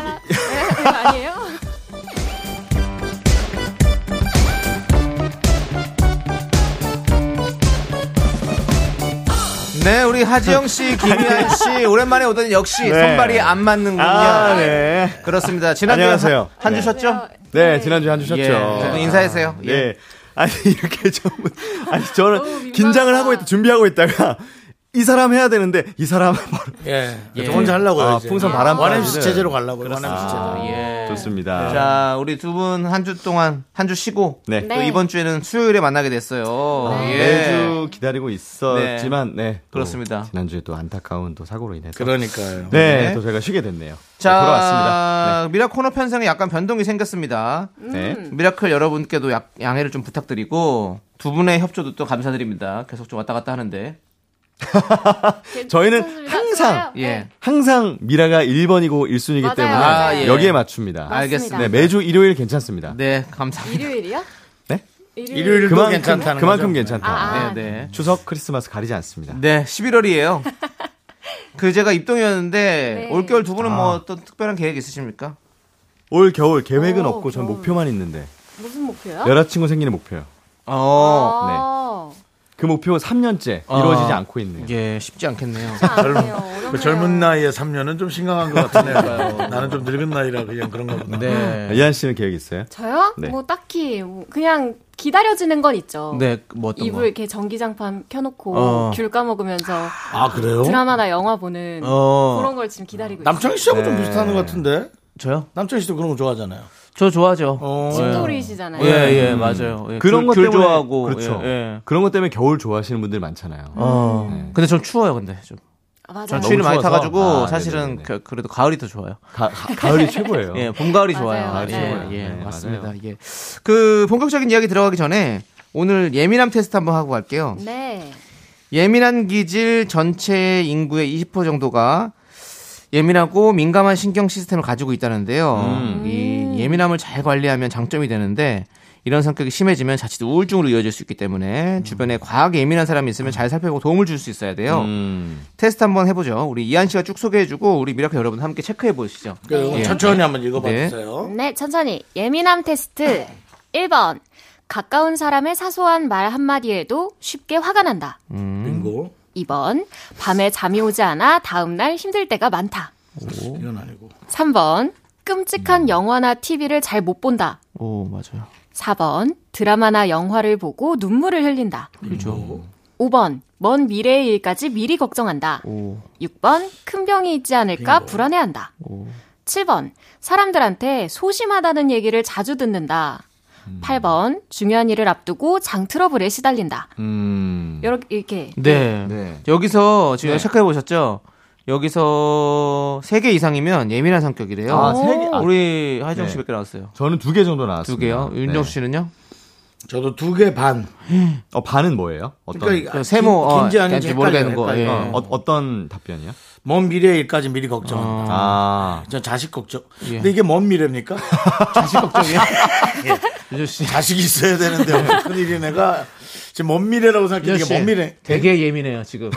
[SPEAKER 2] 네, 우리 하지영 씨, 김희한 씨 오랜만에 오더니 역시 손발이 안 맞는군요.
[SPEAKER 6] 네. 아, 네.
[SPEAKER 2] 그렇습니다. 지난주에
[SPEAKER 6] 안녕하세요.
[SPEAKER 2] 한주
[SPEAKER 6] 네.
[SPEAKER 2] 쉬었죠?
[SPEAKER 6] 네, 지난주에 한 주셨죠.
[SPEAKER 2] 예. 저도 인사하세요. 예.
[SPEAKER 6] 네. 아니, 이렇게 좀, 아니, 저는 긴장을 하고 있다, 준비하고 있다가, 이 사람 해야 되는데, 이 사람 바로
[SPEAKER 1] 예. 저 혼자 하려고
[SPEAKER 6] 아,
[SPEAKER 1] 요
[SPEAKER 6] 풍선 바람
[SPEAKER 1] 원엠스
[SPEAKER 6] 빠지는.
[SPEAKER 1] 체제로 가려고. 원엠스 체제.
[SPEAKER 2] 예.
[SPEAKER 6] 좋습니다.
[SPEAKER 2] 자, 우리 두 분 한 주 동안 한 주 쉬고
[SPEAKER 6] 네.
[SPEAKER 2] 또 이번 주에는 수요일에 만나게 됐어요.
[SPEAKER 1] 아, 네.
[SPEAKER 2] 예.
[SPEAKER 6] 매주 기다리고 있었지만, 네. 또
[SPEAKER 2] 그렇습니다.
[SPEAKER 6] 지난주에 또 안타까운 또 사고로 인해서.
[SPEAKER 1] 그러니까요.
[SPEAKER 6] 네, 또 제가 쉬게 됐네요.
[SPEAKER 2] 자,
[SPEAKER 6] 돌아왔습니다.
[SPEAKER 2] 미라 코너 편성에 약간 변동이 생겼습니다.
[SPEAKER 1] 음.
[SPEAKER 6] 네. 네.
[SPEAKER 2] 미라클 여러분께도 약- 양해를 좀 부탁드리고 두 분의 협조도 또 감사드립니다. 계속 좀 왔다 갔다 하는데
[SPEAKER 6] 저희는
[SPEAKER 1] 아,
[SPEAKER 6] 항상,
[SPEAKER 1] 네.
[SPEAKER 2] 예
[SPEAKER 6] 항상 미라가 1번이고 1순위이기 때문에
[SPEAKER 2] 맞아요. 아, 예.
[SPEAKER 6] 여기에 맞춥니다.
[SPEAKER 2] 알겠습니다.
[SPEAKER 6] 네, 매주 일요일 괜찮습니다. 네?
[SPEAKER 2] 네 감사합니다.
[SPEAKER 1] 일요일도 아.
[SPEAKER 6] 그만큼,
[SPEAKER 1] 괜찮다는
[SPEAKER 6] 그만큼
[SPEAKER 1] 거죠.
[SPEAKER 6] 괜찮다.
[SPEAKER 2] 아, 네네
[SPEAKER 6] 추석 크리스마스 가리지 않습니다.
[SPEAKER 2] 네 11월이에요. 그 제가
[SPEAKER 1] 네.
[SPEAKER 2] 입동이었는데 올 겨울 두 분은 뭐 또 특별한 계획 있으십니까?
[SPEAKER 6] 올 겨울 어? 계획은 없고 전 목표만 있는데. 무슨 목표요? 여자친구 생기는 목표요.
[SPEAKER 2] 어.
[SPEAKER 6] 네. 그 목표는 3년째 이루어지지
[SPEAKER 2] 아.
[SPEAKER 6] 않고 있네요.
[SPEAKER 2] 예, 쉽지 않겠네요.
[SPEAKER 1] 젊은, 그 젊은 나이에 3년은 좀 심각한 것 같으네요. 나는 좀 늙은 나이라 그냥 그런 거 보다.
[SPEAKER 2] 네.
[SPEAKER 6] 이한 씨는 계획 있어요?
[SPEAKER 7] 저요?
[SPEAKER 6] 네.
[SPEAKER 7] 뭐 딱히 뭐 그냥 기다려지는 건 있죠.
[SPEAKER 2] 네, 뭐 어떤
[SPEAKER 7] 이불 이렇게 전기장판 켜놓고
[SPEAKER 2] 어.
[SPEAKER 7] 귤 까먹으면서
[SPEAKER 1] 아, 그래요?
[SPEAKER 7] 드라마나 영화 보는
[SPEAKER 2] 거. 어,
[SPEAKER 7] 그런 걸 지금 기다리고 있어요.
[SPEAKER 1] 남창희 씨하고 좀 비슷한 것 같은데?
[SPEAKER 2] 저요?
[SPEAKER 1] 남창희 씨도 그런 거 좋아하잖아요.
[SPEAKER 2] 저 좋아하죠.
[SPEAKER 1] 어. 음.
[SPEAKER 7] 집돌이시잖아요.
[SPEAKER 2] 예, 예, 맞아요. 예,
[SPEAKER 6] 그런
[SPEAKER 2] 귤-
[SPEAKER 6] 것
[SPEAKER 2] 귤
[SPEAKER 6] 때문에
[SPEAKER 2] 좋아하고
[SPEAKER 6] 그렇죠.
[SPEAKER 2] 예, 예.
[SPEAKER 6] 그런 것 때문에 겨울 좋아하시는 분들 많잖아요. 네.
[SPEAKER 2] 어. 근데 전 추워요, 근데 좀.
[SPEAKER 7] 아, 맞아요.
[SPEAKER 2] 전 추위를 많이
[SPEAKER 6] 추워서?
[SPEAKER 2] 타가지고
[SPEAKER 6] 아,
[SPEAKER 2] 사실은
[SPEAKER 6] 네네네.
[SPEAKER 2] 그- 그래도 가을이 더 좋아요.
[SPEAKER 6] 가, 을이 최고예요.
[SPEAKER 2] 예, 봄 가을이 좋아요.
[SPEAKER 7] 맞아요.
[SPEAKER 2] 예,
[SPEAKER 6] 맞아요.
[SPEAKER 2] 예,
[SPEAKER 6] 네,
[SPEAKER 2] 맞습니다.
[SPEAKER 6] 맞아요.
[SPEAKER 2] 예. 그 본격적인 이야기 들어가기 전에 오늘 예민함 테스트 한번 하고 갈게요.
[SPEAKER 7] 네.
[SPEAKER 2] 예민한 기질 전체 인구의 20% 정도가 예민하고 민감한 신경 시스템을 가지고 있다는데요. 이 예민함을 잘 관리하면 장점이 되는데 이런 성격이 심해지면 자칫 우울증으로 이어질 수 있기 때문에 주변에 과하게 예민한 사람이 있으면 잘 살펴보고 도움을 줄 수 있어야 돼요.
[SPEAKER 6] 음.
[SPEAKER 2] 테스트 한번 해보죠. 우리 이한 씨가 쭉 소개해주고 우리 미라클 여러분 함께 체크해 보시죠.
[SPEAKER 1] 그,
[SPEAKER 2] 예.
[SPEAKER 1] 천천히 한번 읽어봐 주세요.
[SPEAKER 7] 네, 천천히. 예민함 테스트. 1번. 가까운 사람의 사소한 말 한마디에도 쉽게 화가 난다.
[SPEAKER 6] 음.
[SPEAKER 1] 빙고.
[SPEAKER 7] 2번. 밤에 잠이 오지 않아 다음날 힘들 때가 많다.
[SPEAKER 1] 이건 아니고.
[SPEAKER 7] 3번. 끔찍한 영화나 TV를 잘 못 본다.
[SPEAKER 2] 오 맞아요.
[SPEAKER 7] 4번 드라마나 영화를 보고 눈물을 흘린다.
[SPEAKER 1] 그렇죠.
[SPEAKER 2] 그죠.
[SPEAKER 7] 5번 먼 미래의 일까지 미리 걱정한다.
[SPEAKER 2] 오.
[SPEAKER 7] 6번 큰 병이 있지 않을까 불안해한다. 7번 사람들한테 소심하다는 얘기를 자주 듣는다.
[SPEAKER 6] 음.
[SPEAKER 7] 8번 중요한 일을 앞두고 장 트러블에 시달린다.
[SPEAKER 6] 음.
[SPEAKER 7] 요렇- 이렇게
[SPEAKER 2] 네.
[SPEAKER 6] 네.
[SPEAKER 2] 여기서 지금 체크해 보셨죠? 여기서 3개 이상이면 예민한 성격이래요.
[SPEAKER 6] 아, 세 개. 아,
[SPEAKER 2] 우리 하이정 씨
[SPEAKER 6] 네.
[SPEAKER 2] 몇 개 나왔어요?
[SPEAKER 6] 저는 두 개 정도 네. 나왔어요.
[SPEAKER 2] 두 개요. 윤정수 씨는요?
[SPEAKER 1] 저도 두 개 반.
[SPEAKER 6] 어, 반은 뭐예요? 어떤
[SPEAKER 7] 그러니까
[SPEAKER 2] 그 세모
[SPEAKER 1] 그러니까 아, 긴-
[SPEAKER 2] 어,
[SPEAKER 1] 긴지 아닌지
[SPEAKER 2] 긴지 모르겠는
[SPEAKER 1] 헷갈려요,
[SPEAKER 2] 거. 예.
[SPEAKER 1] 헷갈려요.
[SPEAKER 6] 어, 어떤 답변이요?
[SPEAKER 1] 먼 미래 일까지 미리
[SPEAKER 2] 어.
[SPEAKER 1] 걱정한다.
[SPEAKER 6] 아.
[SPEAKER 2] 예.
[SPEAKER 1] 전 자식 걱정. 근데 이게 먼 미래입니까? 자식 걱정이야?
[SPEAKER 2] 윤정 씨.
[SPEAKER 1] 자식이 있어야 되는데
[SPEAKER 2] 예.
[SPEAKER 1] 큰일이 내가 지금 먼 미래라고 생각해
[SPEAKER 2] 윤정
[SPEAKER 1] 이게
[SPEAKER 2] 씨.
[SPEAKER 1] 먼 미래.
[SPEAKER 2] 되게 예민해요, 지금.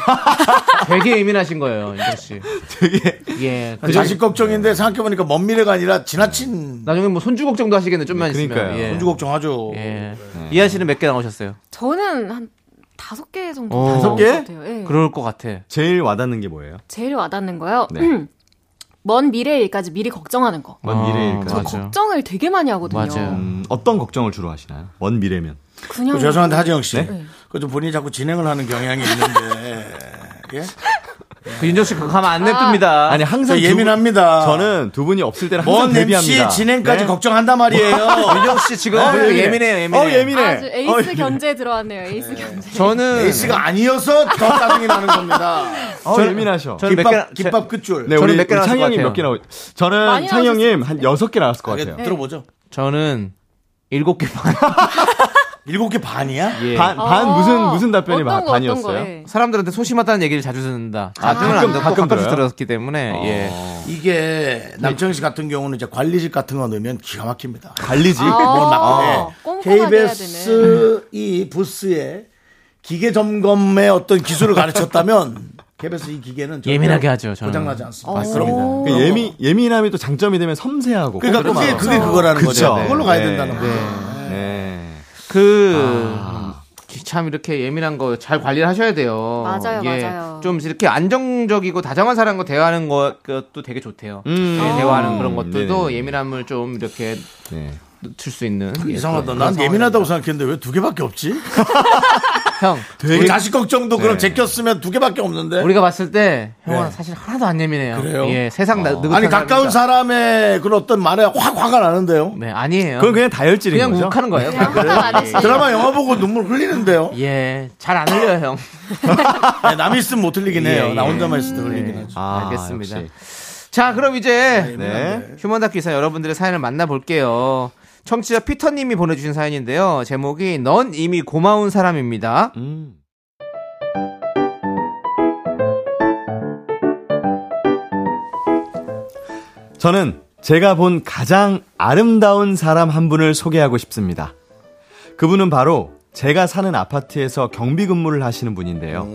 [SPEAKER 2] 되게 예민하신 거예요, 윤정 씨.
[SPEAKER 1] 되게
[SPEAKER 2] 예. 그
[SPEAKER 1] 자식 걱정인데 생각해 보니까 먼 미래가 아니라 지나친
[SPEAKER 2] 나중에 뭐 손주 걱정도 하시겠네, 좀만 있으면.
[SPEAKER 6] 그러니까요.
[SPEAKER 2] 예.
[SPEAKER 1] 손주 걱정하죠.
[SPEAKER 2] 예. 이한 씨는 몇 개 나오셨어요?
[SPEAKER 7] 저는 한 다섯 개 정도.
[SPEAKER 6] 어.
[SPEAKER 2] 오.
[SPEAKER 7] 나온
[SPEAKER 2] 다섯
[SPEAKER 7] 것
[SPEAKER 6] 개?
[SPEAKER 7] 같아요. 예.
[SPEAKER 2] 그럴 것 같아.
[SPEAKER 6] 제일 와닿는 게 뭐예요?
[SPEAKER 7] 제일 와닿는 거요.
[SPEAKER 6] 네.
[SPEAKER 7] 음. 먼 미래 일까지 미리 걱정하는 거.
[SPEAKER 6] 먼 미래일까요?
[SPEAKER 2] 아, 맞아요.
[SPEAKER 7] 걱정을 되게 많이 하거든요.
[SPEAKER 2] 맞아요.
[SPEAKER 6] 음, 어떤 걱정을 주로 하시나요? 먼 미래면.
[SPEAKER 7] 그냥 예.
[SPEAKER 1] 그 죄송한데 하지영 씨,
[SPEAKER 6] 네?
[SPEAKER 1] 그좀 본인이 자꾸 진행을 하는 경향이 있는데 예?
[SPEAKER 2] 그 윤정 씨 그거 가만 안 냅둡니다.
[SPEAKER 6] 아니
[SPEAKER 1] 저
[SPEAKER 6] 항상 두 분-
[SPEAKER 1] 예민합니다.
[SPEAKER 6] 저는 두 분이 없을 때는 항상
[SPEAKER 1] 먼 MC
[SPEAKER 6] 대비합니다.
[SPEAKER 1] 진행까지
[SPEAKER 6] 네?
[SPEAKER 1] 걱정한단 말이에요.
[SPEAKER 2] 윤정 씨 지금
[SPEAKER 6] 어,
[SPEAKER 2] 예민해요,
[SPEAKER 6] 예민해.
[SPEAKER 2] 예민해요.
[SPEAKER 6] 어, 예민해.
[SPEAKER 7] 아주 에이스
[SPEAKER 6] 어, 예민해.
[SPEAKER 7] 경제 들어왔네요. 에이스 경제.
[SPEAKER 2] 저는
[SPEAKER 1] A씨가 아니어서 더 짜증이 나는 겁니다.
[SPEAKER 6] 어,
[SPEAKER 2] 저는-
[SPEAKER 6] 예민하셔.
[SPEAKER 2] 저는 몇 개나-
[SPEAKER 1] 김밥, 김밥 끝줄.
[SPEAKER 6] 네,
[SPEAKER 2] 저는
[SPEAKER 6] 우리
[SPEAKER 2] 몇개 나왔을 것 같아요.
[SPEAKER 6] 창영이
[SPEAKER 2] 네.
[SPEAKER 6] 몇개 나오. 저는
[SPEAKER 7] 많이
[SPEAKER 6] 창영님 한 여섯 개 나왔을 것
[SPEAKER 1] 이게
[SPEAKER 6] 같아요.
[SPEAKER 7] 네.
[SPEAKER 1] 들어보죠.
[SPEAKER 2] 저는 일곱 개 반.
[SPEAKER 1] 일곱 개 반이야?
[SPEAKER 2] 예.
[SPEAKER 6] 반, 반
[SPEAKER 7] 아,
[SPEAKER 6] 무슨 무슨 답변이
[SPEAKER 7] 어떤
[SPEAKER 6] 바-
[SPEAKER 7] 거, 어떤
[SPEAKER 6] 반이었어요?
[SPEAKER 7] 거, 예.
[SPEAKER 2] 사람들한테 소심하다는 얘기를 자주 듣는다.
[SPEAKER 6] 아,
[SPEAKER 2] 자주는
[SPEAKER 6] 가끔-
[SPEAKER 2] 안 듣고
[SPEAKER 6] 가끔
[SPEAKER 2] 가끔씩
[SPEAKER 6] 들어요?
[SPEAKER 2] 들었기 때문에 예.
[SPEAKER 1] 이게 남창희 씨 같은 경우는 이제 관리직 같은 거 넣으면 기가 막힙니다.
[SPEAKER 6] 관리지. 뭐 네.
[SPEAKER 7] 아,
[SPEAKER 1] 막 네.
[SPEAKER 7] 꼼꼼하게 해야 되는.
[SPEAKER 1] KBS 이 부스에 기계 점검의 어떤 기술을 가르쳤다면 KBS 이 기계는 절대로
[SPEAKER 2] 예민하게 하죠, 저는.
[SPEAKER 1] 고장나지 않습니다. 어.
[SPEAKER 7] 맞습니다.
[SPEAKER 6] 그
[SPEAKER 2] 뭐.
[SPEAKER 6] 예민 예민함이 또 장점이 되면 섬세하고.
[SPEAKER 1] 그러니까 그게 그게 그거라는 거죠.
[SPEAKER 6] 그쵸.
[SPEAKER 1] 그걸로 가야
[SPEAKER 6] 네.
[SPEAKER 1] 된다는 거예요.
[SPEAKER 6] 네.
[SPEAKER 2] 그.
[SPEAKER 1] 아.
[SPEAKER 2] 참 이렇게 예민한 거 잘 관리를 하셔야 돼요. 예.
[SPEAKER 7] 맞아요, 맞아요.
[SPEAKER 2] 좀 이렇게 안정적이고 다정한 사람과 대화하는 것도 되게 좋대요.
[SPEAKER 1] 음.
[SPEAKER 6] 음.
[SPEAKER 2] 예, 대화하는 그런 것들도
[SPEAKER 6] 네네.
[SPEAKER 2] 예민함을 좀 이렇게
[SPEAKER 6] 음. 네.
[SPEAKER 2] 늦출 수 있는 예,
[SPEAKER 1] 이상하다.
[SPEAKER 2] 그런
[SPEAKER 1] 난
[SPEAKER 2] 상황이-
[SPEAKER 1] 예민하다고 생각했는데 왜 두 개밖에 없지?
[SPEAKER 2] 형,
[SPEAKER 1] 우리 자식 걱정도 그럼 제꼈으면 두 개밖에 없는데.
[SPEAKER 2] 우리가 봤을 때 형은
[SPEAKER 1] 네.
[SPEAKER 2] 사실 하나도 안 예민해요.
[SPEAKER 1] 그래요? 어.
[SPEAKER 2] 예, 세상 나 느긋한
[SPEAKER 1] 아니
[SPEAKER 2] 사람이다.
[SPEAKER 1] 가까운 사람의 그런 어떤 말에 확 화가 나는데요.
[SPEAKER 2] 네, 아니에요.
[SPEAKER 6] 그건 그냥 다혈질인
[SPEAKER 2] 그냥
[SPEAKER 6] 거죠.
[SPEAKER 2] 욱하는 거예요.
[SPEAKER 7] 그냥 화가 많으시
[SPEAKER 1] 드라마 영화 보고 눈물 흘리는데요.
[SPEAKER 2] 예, 잘 안 흘려요, 형.
[SPEAKER 1] 네, 남이 있으면 못 흘리긴 해요.
[SPEAKER 2] 예,
[SPEAKER 1] 나
[SPEAKER 2] 예.
[SPEAKER 1] 혼자만 있을 때 흘리긴
[SPEAKER 2] 네,
[SPEAKER 1] 하죠.
[SPEAKER 6] 아,
[SPEAKER 2] 알겠습니다.
[SPEAKER 6] 역시.
[SPEAKER 2] 자, 그럼 이제
[SPEAKER 6] 네.
[SPEAKER 2] 휴먼 다큐 이사 여러분들의 사연을 만나볼게요. 청취자 피터님이 보내주신 사연인데요. 제목이 넌 이미 고마운 사람입니다.
[SPEAKER 6] 음. 저는 제가 본 가장 아름다운 사람 한 분을 소개하고 싶습니다. 그분은 바로 제가 사는 아파트에서 경비 근무를 하시는 분인데요.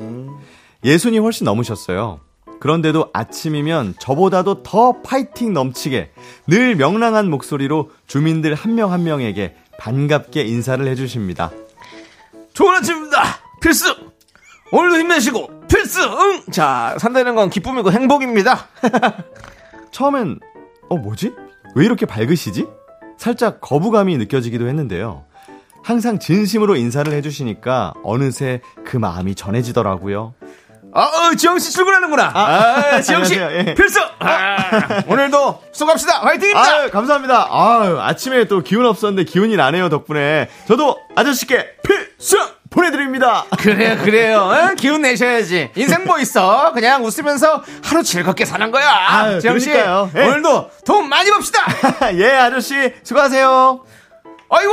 [SPEAKER 6] 예순이 훨씬 넘으셨어요. 그런데도 아침이면 저보다도 더 파이팅 넘치게 늘 명랑한 목소리로 주민들 한 명 한 명에게 반갑게 인사를 해주십니다.
[SPEAKER 2] 좋은 아침입니다. 필수. 오늘도 힘내시고 필수. 응. 자, 산다는 건 기쁨이고 행복입니다.
[SPEAKER 6] 처음엔 어 뭐지? 왜 이렇게 밝으시지? 살짝 거부감이 느껴지기도 했는데요. 항상 진심으로 인사를 해주시니까 어느새 그 마음이 전해지더라고요.
[SPEAKER 2] 아, 어, 지영 씨 출근하는구나. 아, 지영 씨
[SPEAKER 6] 안녕하세요. 예.
[SPEAKER 2] 필수. 아, 오늘도 수고합시다. 화이팅입니다.
[SPEAKER 6] 아유 감사합니다. 아유 아침에 또 기운 없었는데 기운이 나네요 덕분에. 저도 아저씨께 필승 보내드립니다.
[SPEAKER 2] 그래요, 그래요. 어? 기운 내셔야지. 인생 뭐 있어? 그냥 웃으면서 하루 즐겁게 사는 거야.
[SPEAKER 6] 아유,
[SPEAKER 2] 지영 씨
[SPEAKER 6] 그러니까요. 예.
[SPEAKER 2] 오늘도 돈 많이 봅시다.
[SPEAKER 6] 예 아저씨 수고하세요.
[SPEAKER 2] 아이고,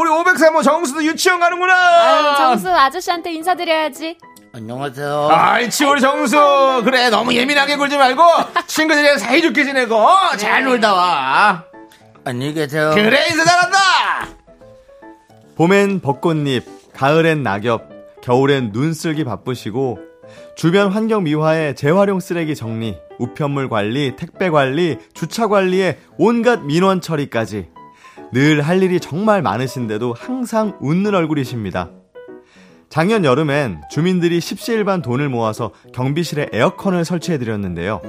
[SPEAKER 2] 우리 503호 정수도 유치원
[SPEAKER 7] 아유,
[SPEAKER 2] 가는구나.
[SPEAKER 7] 정수 아저씨한테 인사드려야지.
[SPEAKER 1] 안녕하세요.
[SPEAKER 2] 아이치 우리 정수 그래 너무 예민하게 굴지 말고 친구들이랑 사이좋게 지내고 어? 잘 놀다 와
[SPEAKER 1] 안녕히 계세요.
[SPEAKER 2] 그래 인사 잘한다
[SPEAKER 6] 봄엔 벚꽃잎, 가을엔 낙엽, 겨울엔 눈쓸기 바쁘시고 주변 환경 미화에 재활용 쓰레기 정리, 우편물 관리, 택배 관리, 주차 관리에 온갖 민원 처리까지 늘 할 일이 정말 많으신데도 항상 웃는 얼굴이십니다. 작년 여름엔 주민들이 십시일반 돈을 모아서 경비실에 에어컨을 설치해 드렸는데요.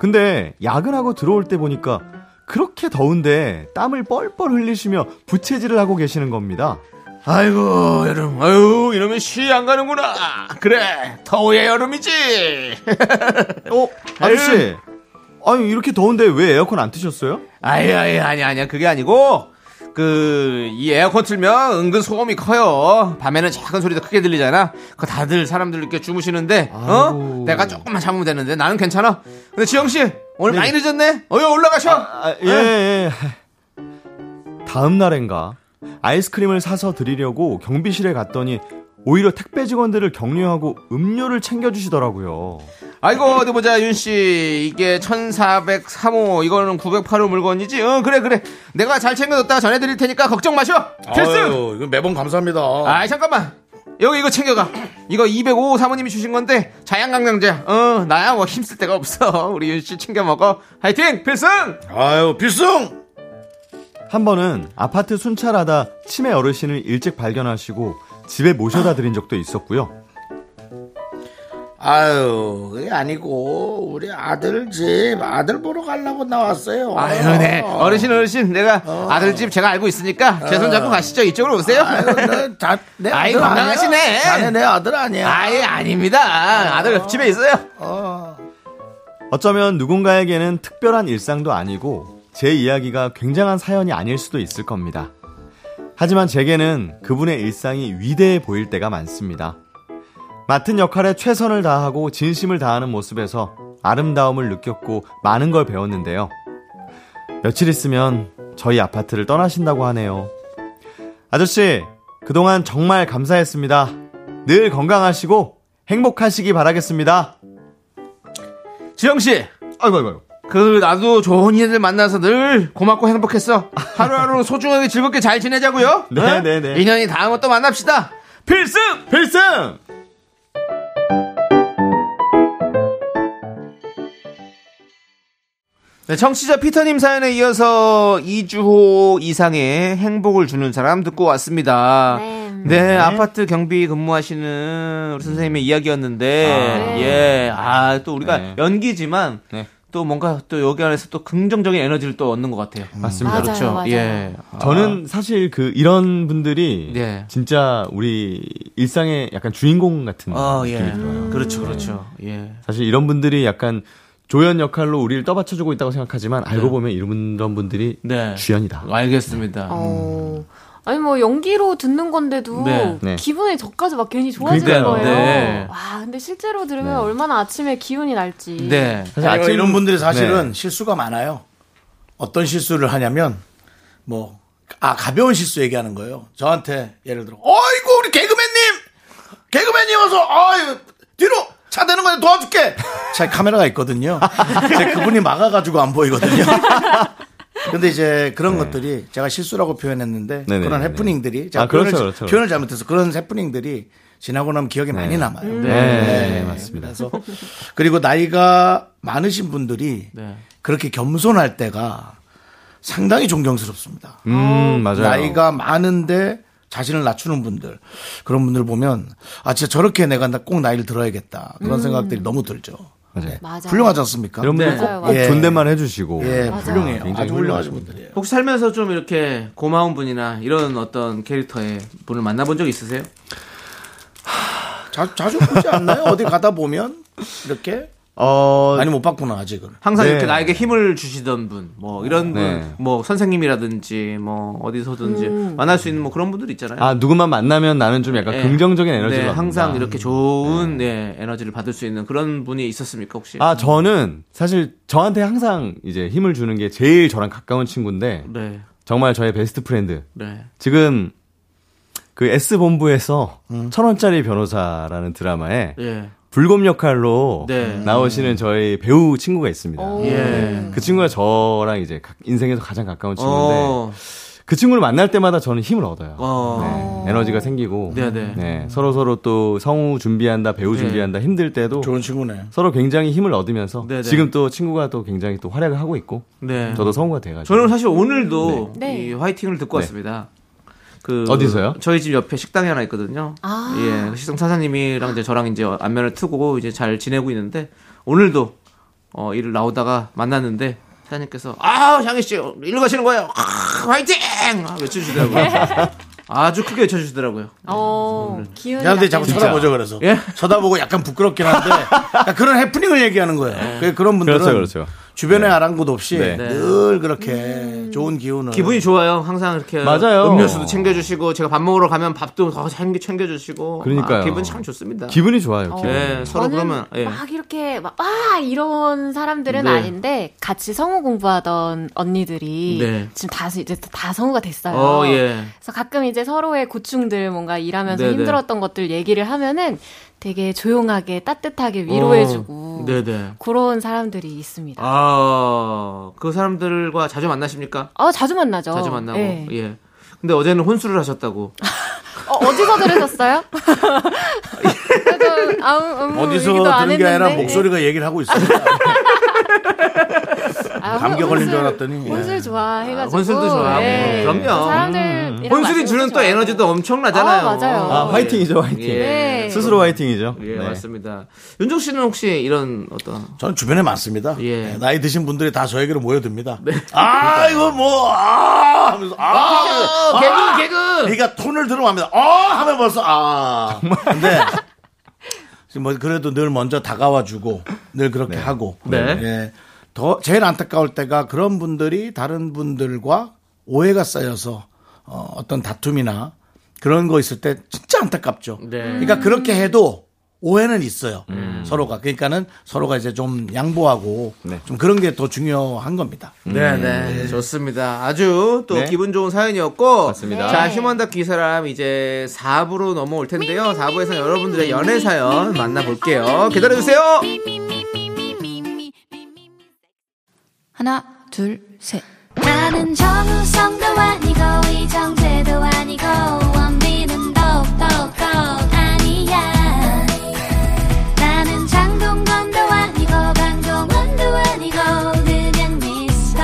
[SPEAKER 6] 근데 야근하고 들어올 때 보니까 그렇게 더운데 땀을 뻘뻘 흘리시며 부채질을 하고 계시는 겁니다.
[SPEAKER 2] 아이고 여름 아유 이러면 쉬 안 가는구나 그래 더우의 여름이지
[SPEAKER 6] 어, 아저씨. 아니, 이렇게 더운데 왜 에어컨 안 트셨어요?
[SPEAKER 2] 아유 아유 아니 아니야 그게 아니고 그 이 에어컨 틀면 은근 소음이 커요 밤에는 작은 소리도 크게 들리잖아 그 다들 사람들 이렇게 주무시는데 어
[SPEAKER 6] 아이고.
[SPEAKER 2] 내가 조금만 잠으면 되는데 나는 괜찮아 근데 지영 씨 오늘 많이 늦었네 어여 올라가셔
[SPEAKER 6] 아, 예, 예. 다음 날엔가 아이스크림을 사서 드리려고 경비실에 갔더니 오히려 택배 직원들을 격려하고 음료를 챙겨주시더라고요.
[SPEAKER 2] 아이고, 어디 보자, 윤씨. 이게 1403호, 이거는 908호 물건이지? 응, 그래, 그래. 내가 잘 챙겨뒀다가 전해드릴 테니까 걱정 마셔!
[SPEAKER 1] 예.
[SPEAKER 2] 필승!
[SPEAKER 8] 아유, 이거 매번 감사합니다.
[SPEAKER 2] 어. 아이, 잠깐만. 여기 이거 챙겨가. 이거 205호 사모님이 주신 건데, 자양강장제. 어, 나야 뭐 힘쓸 데가 없어. 우리 윤씨 챙겨 먹어. 화이팅! 필승!
[SPEAKER 8] 아유, 필승!
[SPEAKER 6] 한 번은 아파트 순찰하다 치매 어르신을 일찍 발견하시고 집에 모셔다 드린 적도 있었고요.
[SPEAKER 1] 아유, 그게 아니고, 우리 아들 집, 아들 보러 가려고 나왔어요.
[SPEAKER 2] 아유, 네. 어르신, 어르신. 내가 아들집 제가 알고 있으니까, 제 손 잡고 가시죠. 이쪽으로 오세요.
[SPEAKER 1] 아유, 네. 내, 자, 내
[SPEAKER 2] 아이,
[SPEAKER 1] 아들 아니야?
[SPEAKER 2] 건강하시네.
[SPEAKER 1] 자네 내 아들 아니야.
[SPEAKER 2] 아예 아닙니다. 아들 집에 있어요.
[SPEAKER 6] 어쩌면 누군가에게는 특별한 일상도 아니고 제 이야기가 굉장한 사연이 아닐 수도 있을 겁니다. 하지만 제게는 그분의 일상이 위대해 보일 때가 많습니다. 맡은 역할에 최선을 다하고 진심을 다하는 모습에서 아름다움을 느꼈고 많은 걸 배웠는데요. 며칠 있으면 저희 아파트를 떠나신다고 하네요. 아저씨, 그동안 정말 감사했습니다. 늘 건강하시고 행복하시기 바라겠습니다.
[SPEAKER 2] 지영씨,
[SPEAKER 6] 아이고, 아이고. 아이고.
[SPEAKER 2] 그, 나도 좋은 이들 만나서 늘 고맙고 행복했어. 하루하루 소중하게 즐겁게 잘 지내자고요.
[SPEAKER 6] 네,
[SPEAKER 2] 어?
[SPEAKER 6] 네, 네.
[SPEAKER 2] 인연이 다음에 또 만납시다. 필승!
[SPEAKER 6] 필승!
[SPEAKER 2] 네, 청취자 피터님 사연에 이어서 이주호 이상의 행복을 주는 사람 듣고 왔습니다.
[SPEAKER 7] 네.
[SPEAKER 2] 네, 아파트 경비 근무하시는 우리 선생님의 이야기였는데,
[SPEAKER 7] 아.
[SPEAKER 2] 예, 아, 또 우리가
[SPEAKER 6] 음. 네.
[SPEAKER 2] 연기지만,
[SPEAKER 6] 네.
[SPEAKER 2] 또 뭔가 또 여기 안에서 또 긍정적인 에너지를 또 얻는 것 같아요.
[SPEAKER 6] 음. 맞습니다.
[SPEAKER 7] 맞아요,
[SPEAKER 2] 그렇죠.
[SPEAKER 7] 맞아요.
[SPEAKER 2] 예.
[SPEAKER 1] 아.
[SPEAKER 6] 저는 사실 그 이런 분들이
[SPEAKER 1] 예.
[SPEAKER 2] 네.
[SPEAKER 6] 진짜 우리 일상의 약간 주인공 같은
[SPEAKER 2] 아, 예.
[SPEAKER 6] 느낌이 들어요. 네.
[SPEAKER 2] 그렇죠, 그렇죠. 예.
[SPEAKER 6] 사실 이런 분들이 약간 조연 역할로 우리를 떠받쳐주고 있다고
[SPEAKER 1] 네.
[SPEAKER 6] 생각하지만 알고 보면 이런, 이런 분들이
[SPEAKER 2] 네.
[SPEAKER 6] 주연이다.
[SPEAKER 1] 아,
[SPEAKER 2] 알겠습니다.
[SPEAKER 7] 어. 아니 뭐 연기로 듣는 건데도
[SPEAKER 2] 네,
[SPEAKER 6] 네.
[SPEAKER 7] 기분이 저까지 막 괜히 좋아지는
[SPEAKER 2] 그러니까요.
[SPEAKER 7] 거예요.
[SPEAKER 2] 네.
[SPEAKER 7] 와 근데 실제로 들으면 얼마나 아침에 기운이 날지.
[SPEAKER 2] 네.
[SPEAKER 6] 사실
[SPEAKER 1] 아니,
[SPEAKER 6] 아침-
[SPEAKER 1] 이런 분들이 사실은
[SPEAKER 6] 네.
[SPEAKER 1] 실수가 많아요. 어떤 실수를 하냐면 뭐 아, 가벼운 실수 얘기하는 거예요. 저한테 예를 들어 어이구 우리 개그맨님 개그맨님 와서 아유 뒤로 차 대는 거야 도와줄게. 제 카메라가 있거든요. 제 그분이 막아가지고 안 보이거든요. 근데 이제 그런 것들이 제가 실수라고 표현했는데
[SPEAKER 6] 네. 네네,
[SPEAKER 1] 그런
[SPEAKER 6] 네네.
[SPEAKER 1] 해프닝들이 제가
[SPEAKER 6] 아, 그렇죠,
[SPEAKER 1] 표현을,
[SPEAKER 6] 그렇죠.
[SPEAKER 1] 표현을 잘못해서 그런 해프닝들이 지나고 나면 기억에 많이 남아요.
[SPEAKER 6] 네, 네, 맞습니다.
[SPEAKER 1] 그래서 그리고 나이가 많으신 분들이
[SPEAKER 2] 네.
[SPEAKER 1] 그렇게 겸손할 때가 상당히 존경스럽습니다.
[SPEAKER 6] 음, 맞아요.
[SPEAKER 1] 나이가 많은데 자신을 낮추는 분들 그런 분들 보면 아 진짜 저렇게 내가 나- 꼭 나이를 들어야겠다 그런 생각들이 너무 들죠.
[SPEAKER 6] 음.
[SPEAKER 1] 네.
[SPEAKER 6] 맞아요.
[SPEAKER 7] 맞아.
[SPEAKER 1] 훌륭하지 않습니까?
[SPEAKER 6] 네. 이런 분들
[SPEAKER 2] 네.
[SPEAKER 6] 꼭,
[SPEAKER 7] 맞아요,
[SPEAKER 6] 꼭
[SPEAKER 1] 맞아요.
[SPEAKER 6] 존댓말 해주시고.
[SPEAKER 1] 예,
[SPEAKER 6] 아,
[SPEAKER 1] 훌륭해요.
[SPEAKER 6] 굉장히
[SPEAKER 1] 아주 훌륭하신
[SPEAKER 6] 훌륭하십니다.
[SPEAKER 1] 분들이에요.
[SPEAKER 2] 혹시 살면서 좀 이렇게 고마운 분이나 이런 어떤 캐릭터의 분을 만나본 적 있으세요?
[SPEAKER 1] 자, 자주 보지 않나요? 어디 가다 보면 이렇게
[SPEAKER 6] 어,
[SPEAKER 1] 많이 못 봤구나 아직은.
[SPEAKER 2] 항상
[SPEAKER 6] 네.
[SPEAKER 2] 이렇게 나에게 힘을 주시던 분, 뭐 이런 분,
[SPEAKER 6] 네.
[SPEAKER 2] 뭐 선생님이라든지 뭐 어디서든지 만날 수 있는 뭐 그런 분들 있잖아요.
[SPEAKER 6] 아, 누구만 만나면 나는 좀 약간
[SPEAKER 1] 예.
[SPEAKER 2] 네.
[SPEAKER 6] 긍정적인 에너지를
[SPEAKER 2] 네,
[SPEAKER 6] 받는다.
[SPEAKER 2] 항상 이렇게 좋은 네, 에너지를 받을 수 있는 그런 분이 있었습니까 혹시?
[SPEAKER 6] 아, 저는 사실 저한테 항상 이제 힘을 주는 게 제일 저랑 가까운 친구인데
[SPEAKER 2] 네,
[SPEAKER 6] 정말 저의 베스트 프렌드.
[SPEAKER 2] 네.
[SPEAKER 6] 지금 그 S 본부에서 천 원짜리 변호사라는 드라마에
[SPEAKER 2] 음. 예.
[SPEAKER 6] 불곰 역할로
[SPEAKER 2] 네.
[SPEAKER 6] 나오시는 저희 배우 친구가 있습니다.
[SPEAKER 2] 예.
[SPEAKER 6] 그 친구가 저랑 이제 가- 인생에서 가장 가까운 친구인데
[SPEAKER 2] 어,
[SPEAKER 6] 그 친구를 만날 때마다 저는 힘을 얻어요.
[SPEAKER 2] 어.
[SPEAKER 6] 네, 에너지가 생기고
[SPEAKER 2] 네, 네.
[SPEAKER 6] 서로 서로 또 성우 준비한다, 배우
[SPEAKER 2] 네.
[SPEAKER 6] 준비한다 힘들 때도
[SPEAKER 1] 좋은 친구네.
[SPEAKER 6] 서로 굉장히 힘을 얻으면서
[SPEAKER 2] 네, 네.
[SPEAKER 6] 지금 또 친구가 또 굉장히 또 활약을 하고 있고
[SPEAKER 2] 네.
[SPEAKER 6] 저도 성우가 돼가지고
[SPEAKER 2] 저는 사실 오늘도
[SPEAKER 7] 네.
[SPEAKER 2] 이 화이팅을 듣고
[SPEAKER 6] 네.
[SPEAKER 2] 왔습니다. 그
[SPEAKER 6] 어디서요?
[SPEAKER 2] 저희 집 옆에 식당이 하나 있거든요.
[SPEAKER 7] 아.
[SPEAKER 2] 예, 그 식당 사장님이랑 이제 저랑 이제 안면을 트고 이제 잘 지내고 있는데 오늘도 어, 일을 나오다가 만났는데 사장님께서 아 장희 씨 일로 가시는 거예요. 아, 화이팅! 아, 외쳐주시더라고요. 아주 크게 외쳐주시더라고요.
[SPEAKER 7] 어 기운이.
[SPEAKER 1] 야, 근데 자꾸
[SPEAKER 7] 나네요.
[SPEAKER 1] 쳐다보죠, 그래서.
[SPEAKER 2] 예?
[SPEAKER 1] 쳐다보고 약간 부끄럽긴 한데, 그러니까 그런 해프닝을 얘기하는 거예요. 그 그런 분들은
[SPEAKER 6] 그렇죠, 그렇죠.
[SPEAKER 1] 주변에 아랑곳 없이
[SPEAKER 6] 네.
[SPEAKER 1] 늘 그렇게 좋은 기운을.
[SPEAKER 2] 기분이 좋아요. 항상 이렇게
[SPEAKER 6] 맞아요.
[SPEAKER 2] 음료수도 챙겨주시고 제가 밥 먹으러 가면 밥도 더 챙겨 챙겨주시고 아,
[SPEAKER 6] 그러니까요.
[SPEAKER 2] 기분 참 좋습니다.
[SPEAKER 6] 기분이 좋아요. 기분이.
[SPEAKER 2] 예, 서로
[SPEAKER 7] 저는
[SPEAKER 2] 그러면 예.
[SPEAKER 7] 막 이렇게 막와 이런 사람들은
[SPEAKER 2] 네.
[SPEAKER 7] 아닌데 같이 성우 공부하던 언니들이
[SPEAKER 2] 네.
[SPEAKER 7] 지금 다 이제 다 성우가 됐어요.
[SPEAKER 2] 어, 예.
[SPEAKER 7] 그래서 가끔 이제 서로의 고충들 뭔가 일하면서
[SPEAKER 2] 네네.
[SPEAKER 7] 힘들었던 것들 얘기를 하면은 되게 조용하게 따뜻하게 위로해주고
[SPEAKER 2] 어, 네네.
[SPEAKER 7] 그런 사람들이 있습니다.
[SPEAKER 2] 아, 그 사람들과 자주 만나십니까?
[SPEAKER 7] 아 자주 만나죠.
[SPEAKER 2] 자주 만나고.
[SPEAKER 7] 네.
[SPEAKER 2] 예. 근데 어제는 혼술을 하셨다고.
[SPEAKER 7] 어, 어디서 들으셨어요? 그래도 아무, 아무 얘기도
[SPEAKER 1] 어디서
[SPEAKER 7] 안
[SPEAKER 1] 들은 게 아니라
[SPEAKER 7] 했는데.
[SPEAKER 1] 목소리가 얘기를 하고 있어요.
[SPEAKER 7] 아,
[SPEAKER 1] 감기
[SPEAKER 7] 혼-
[SPEAKER 1] 걸린 줄
[SPEAKER 7] 혼술-
[SPEAKER 1] 알았더니, 예.
[SPEAKER 7] 혼술 좋아해가지고.
[SPEAKER 2] 혼술도 좋아하고. 어, 예. 뭐 그럼요.
[SPEAKER 1] 음.
[SPEAKER 7] 사람들
[SPEAKER 2] 혼술이 주는 또 에너지도 엄청나잖아요.
[SPEAKER 7] 아, 맞아요.
[SPEAKER 6] 아, 화이팅이죠, 화이팅.
[SPEAKER 2] 예.
[SPEAKER 7] 네.
[SPEAKER 6] 스스로 화이팅이죠.
[SPEAKER 2] 예,
[SPEAKER 6] 네.
[SPEAKER 2] 맞습니다. 윤종 씨는 혹시 이런 어떤
[SPEAKER 1] 저는 주변에 많습니다.
[SPEAKER 2] 예.
[SPEAKER 1] 네, 나이 드신 분들이 다 저에게로 모여듭니다. 아, 이거 뭐, 아! 하면서, 아!
[SPEAKER 2] 어, 개그 개그
[SPEAKER 1] 그러니까 톤을 들어갑니다. 어! 하면 벌써, 아! 정말? 근데, 지금 뭐, 그래도 늘 먼저 다가와주고, 늘 그렇게 하고.
[SPEAKER 2] 네.
[SPEAKER 1] 예. 더, 제일 안타까울 때가 그런 분들이 다른 분들과 오해가 쌓여서, 어, 어떤 다툼이나 그런 거 있을 때 진짜 안타깝죠.
[SPEAKER 2] 네. 음.
[SPEAKER 1] 그러니까 그렇게 해도 오해는 있어요. 서로가. 그러니까는 서로가 이제 좀 양보하고 좀 그런 게 더 중요한 겁니다.
[SPEAKER 2] 네, 네. 좋습니다. 아주 또
[SPEAKER 6] 음. 네.
[SPEAKER 2] 기분 좋은 사연이었고.
[SPEAKER 6] 맞습니다.
[SPEAKER 2] 자, 휴먼다큐 이 사람 이제 4부로 넘어올 텐데요. 4부에서 여러분들의 연애 사연 만나볼게요. 기다려주세요!
[SPEAKER 9] 하나, 둘, 셋.
[SPEAKER 10] 나는 정우성도 아니고 이정재도 아니고 원빈은 더욱더 아니야 나는 장동건도 아니고 강동원도 아니고 그냥 미스터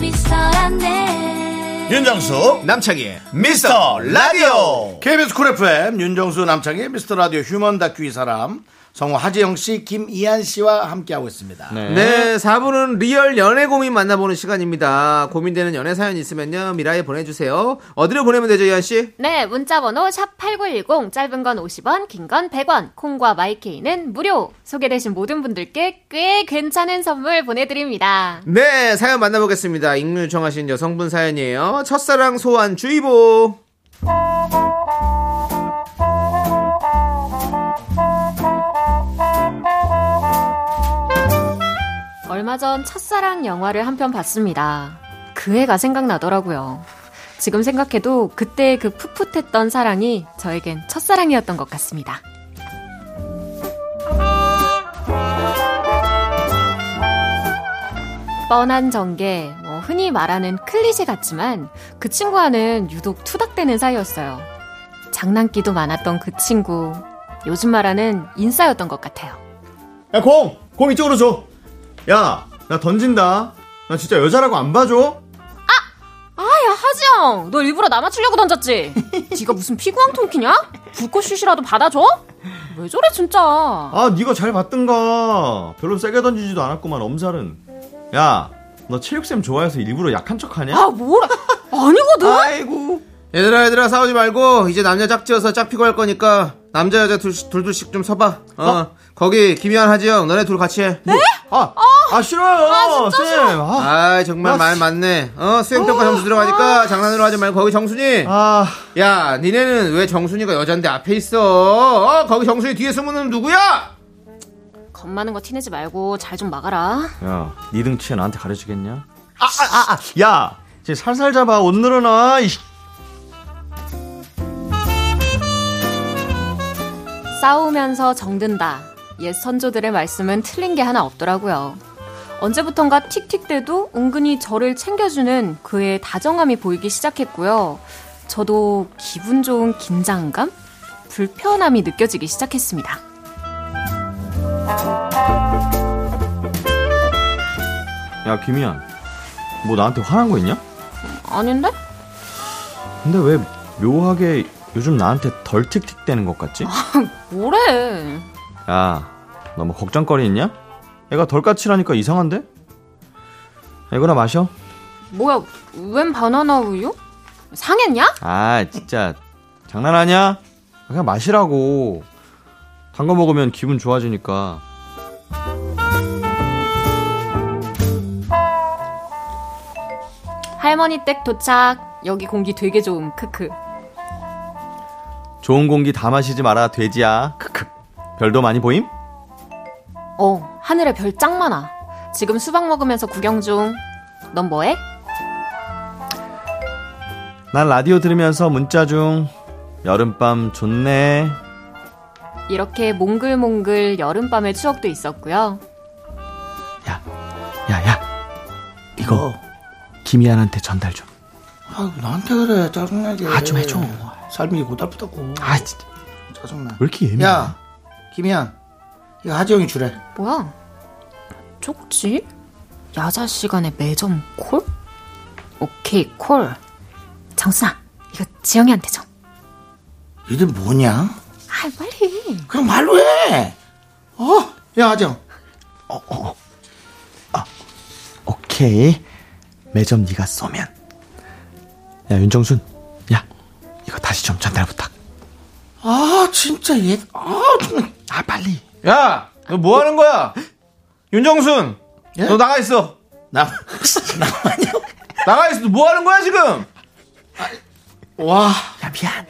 [SPEAKER 10] 미스터란데
[SPEAKER 1] 윤정수
[SPEAKER 2] 남창희의
[SPEAKER 1] 미스터 라디오 KBS 쿨 FM 윤정수 남창희 미스터 라디오 휴먼 다큐 이 사람 성우 하재영 씨 김이한 씨와 함께하고 있습니다.
[SPEAKER 2] 네, 4부는 리얼 연애 고민 만나보는 시간입니다. 고민되는 연애 사연 있으면요, 미라에 보내주세요. 어디로 보내면 되죠, 이한씨?
[SPEAKER 7] 네, 문자번호 샵8910, 짧은 건 50원, 긴 건 100원, 콩과 마이케이는 무료. 소개되신 모든 분들께 꽤 괜찮은 선물 보내드립니다.
[SPEAKER 2] 네, 사연 만나보겠습니다. 익명 요청하신 여성분 사연이에요. 첫사랑 소환 주의보.
[SPEAKER 7] 얼마 전 첫사랑 영화를 한 편 봤습니다. 그 애가 생각나더라고요. 지금 생각해도 그때의 그 풋풋했던 사랑이 저에겐 첫사랑이었던 것 같습니다. 뻔한 전개, 뭐 흔히 말하는 클리셰 같지만 그 친구와는 유독 투닥대는 사이였어요. 장난기도 많았던 그 친구, 요즘 말하는 인싸였던 것 같아요.
[SPEAKER 6] 야, 공! 공 이쪽으로 줘! 야, 나 던진다. 나 진짜 여자라고 안 봐줘?
[SPEAKER 7] 아야 하지영 너 일부러 나 맞추려고 던졌지 네가 무슨 피구왕 통키냐 불꽃슛이라도 받아줘 왜 저래 진짜
[SPEAKER 6] 아, 네가 잘 봤던가. 별로 세게 던지지도 않았구만, 엄살은. 야, 너 체육쌤 좋아해서 일부러 약한 척 하냐?
[SPEAKER 7] 아 뭐라 아니거든
[SPEAKER 2] 아이고. 얘들아, 얘들아, 싸우지 말고, 이제 남자 짝지어서 짝피고 할 거니까, 남자, 여자 둘, 둘, 둘씩 좀 서봐. 어? 거기, 김희환, 하지영, 너네 둘 같이 해.
[SPEAKER 6] 아, 아, 싫어요! 쌤! 아,
[SPEAKER 2] 아, 정말
[SPEAKER 6] 아,
[SPEAKER 2] 말
[SPEAKER 6] 씨.
[SPEAKER 2] 맞네. 어, 수행평가 점수 들어가니까, 장난으로 하지 말고, 거기 정순이.
[SPEAKER 6] 아,
[SPEAKER 2] 야, 니네는 왜 정순이가 여잔데 앞에 있어? 어, 거기 정순이 뒤에 숨은 놈 누구야?
[SPEAKER 7] 겁 많은 거 티내지 말고 잘 좀 막아라
[SPEAKER 6] 야, 네 등치에 나한테 가려주겠냐? 아, 아, 아, 아. 야, 이제 살살 잡아 옷 늘어나. 이씨.
[SPEAKER 7] 싸우면서 정든다 옛 선조들의 말씀은 틀린 게 하나 없더라고요 언제부턴가 틱틱대도 은근히 저를 챙겨주는 그의 다정함이 보이기 시작했고요 저도 기분 좋은 긴장감 불편함이 느껴지기 시작했습니다.
[SPEAKER 6] 야, 김희안, 뭐 나한테 화난 거 있냐?
[SPEAKER 7] 아닌데?
[SPEAKER 6] 근데 왜 묘하게 요즘 나한테 덜 틱틱대는 것 같지?
[SPEAKER 7] 아, 뭐래?
[SPEAKER 6] 야, 너 뭐 걱정거리 있냐? 애가 덜 까칠하니까 이상한데? 이거나 마셔.
[SPEAKER 7] 뭐야? 웬 바나나 우유? 상했냐?
[SPEAKER 6] 아, 진짜 장난하냐? 그냥 마시라고. 단 거 먹으면 기분 좋아지니까.
[SPEAKER 7] 할머니 댁 도착. 여기 공기 되게 좋음. 크크.
[SPEAKER 6] 좋은 공기 다 마시지 마라 돼지야. 크크. 별도 많이 보임?
[SPEAKER 7] 어, 하늘에 별 짱 많아. 지금 수박 먹으면서 구경 중. 넌 뭐해?
[SPEAKER 6] 난 라디오 들으면서 문자 중 여름밤 좋네.
[SPEAKER 7] 이렇게 몽글몽글 여름밤의 추억도 있었고요.
[SPEAKER 11] 야야 이거 김희안한테 전달 좀.
[SPEAKER 1] 아 나한테 그래 짜증나게
[SPEAKER 11] 아, 좀 해줘.
[SPEAKER 1] 삶이 고달프다고
[SPEAKER 11] 아 진짜
[SPEAKER 1] 짜증나 왜
[SPEAKER 11] 이렇게 예민해?
[SPEAKER 1] 야 김희안 이거 하지영이 주래
[SPEAKER 7] 뭐야? 쪽지? 야자 시간에 매점 콜? 오케이 콜. 정순아 이거 지영이한테 줘.
[SPEAKER 1] 니들 뭐냐
[SPEAKER 7] 아 빨리.
[SPEAKER 1] 그냥 말로 해 어? 야 하지영
[SPEAKER 11] 오케이 매점 네가 쏘면. 야 윤정순 야 이거 다시 좀 전달 부탁.
[SPEAKER 1] 아 진짜 얘아 정말
[SPEAKER 11] 아 빨리.
[SPEAKER 2] 야, 너 뭐 하는 거야? 윤정순, 너 나가 있어.
[SPEAKER 1] 나
[SPEAKER 2] 나가 있어. 너 뭐 하는 거야 지금?
[SPEAKER 1] 와
[SPEAKER 11] 야 미안.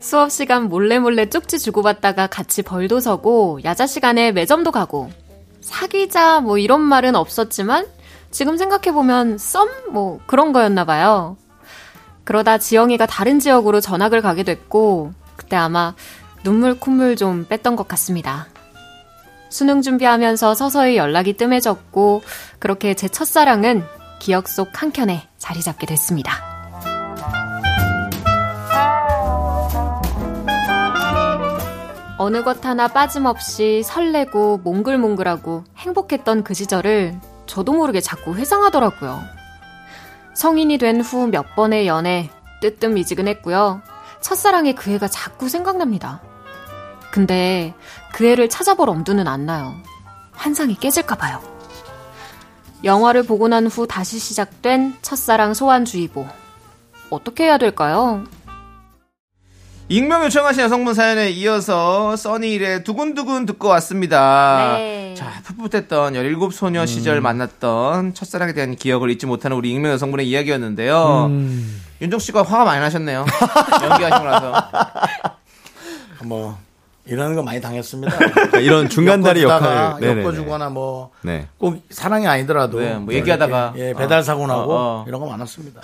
[SPEAKER 7] 수업 시간 몰래 몰래 쪽지 주고받다가 같이 벌도 서고 야자 시간에 매점도 가고 사귀자 뭐 이런 말은 없었지만 지금 생각해 보면 썸 뭐 그런 거였나 봐요. 그러다 지영이가 다른 지역으로 전학을 가게 됐고 그때 아마 눈물 콧물 좀 뺐던 것 같습니다. 수능 준비하면서 서서히 연락이 뜸해졌고 그렇게 제 첫사랑은 기억 속 한 켠에 자리 잡게 됐습니다. 어느 것 하나 빠짐없이 설레고 몽글몽글하고 행복했던 그 시절을 저도 모르게 자꾸 회상하더라고요. 성인이 된 후 몇 번의 연애 뜨뜻미지근했고요. 첫사랑의 그 애가 자꾸 생각납니다. 근데 그 애를 찾아볼 엄두는 안 나요. 환상이 깨질까 봐요. 영화를 보고 난 후 다시 시작된 첫사랑 소환주의보. 어떻게 해야 될까요?
[SPEAKER 2] 익명 요청하신 여성분 사연에 이어서 써니일의 두근두근 듣고 왔습니다.
[SPEAKER 7] 네.
[SPEAKER 2] 아, 자, 풋풋했던 17소녀
[SPEAKER 6] 음.
[SPEAKER 2] 시절 만났던 첫사랑에 대한 기억을 잊지 못하는 우리 익명 여성분의 이야기였는데요.
[SPEAKER 6] 음.
[SPEAKER 2] 윤정 씨가 화가 많이 나셨네요. 연기하시고 나서.
[SPEAKER 1] 뭐 이런 거 많이 당했습니다
[SPEAKER 6] 그러니까 이런 중간다리
[SPEAKER 1] 엮어주다가
[SPEAKER 6] 역할을. 네네네.
[SPEAKER 1] 엮어주거나 뭐
[SPEAKER 6] 네.
[SPEAKER 1] 꼭 사랑이 아니더라도
[SPEAKER 2] 네, 뭐 얘기하다가.
[SPEAKER 1] 이렇게, 예, 배달 사고 나고
[SPEAKER 2] 어, 어.
[SPEAKER 1] 이런 거 많았습니다.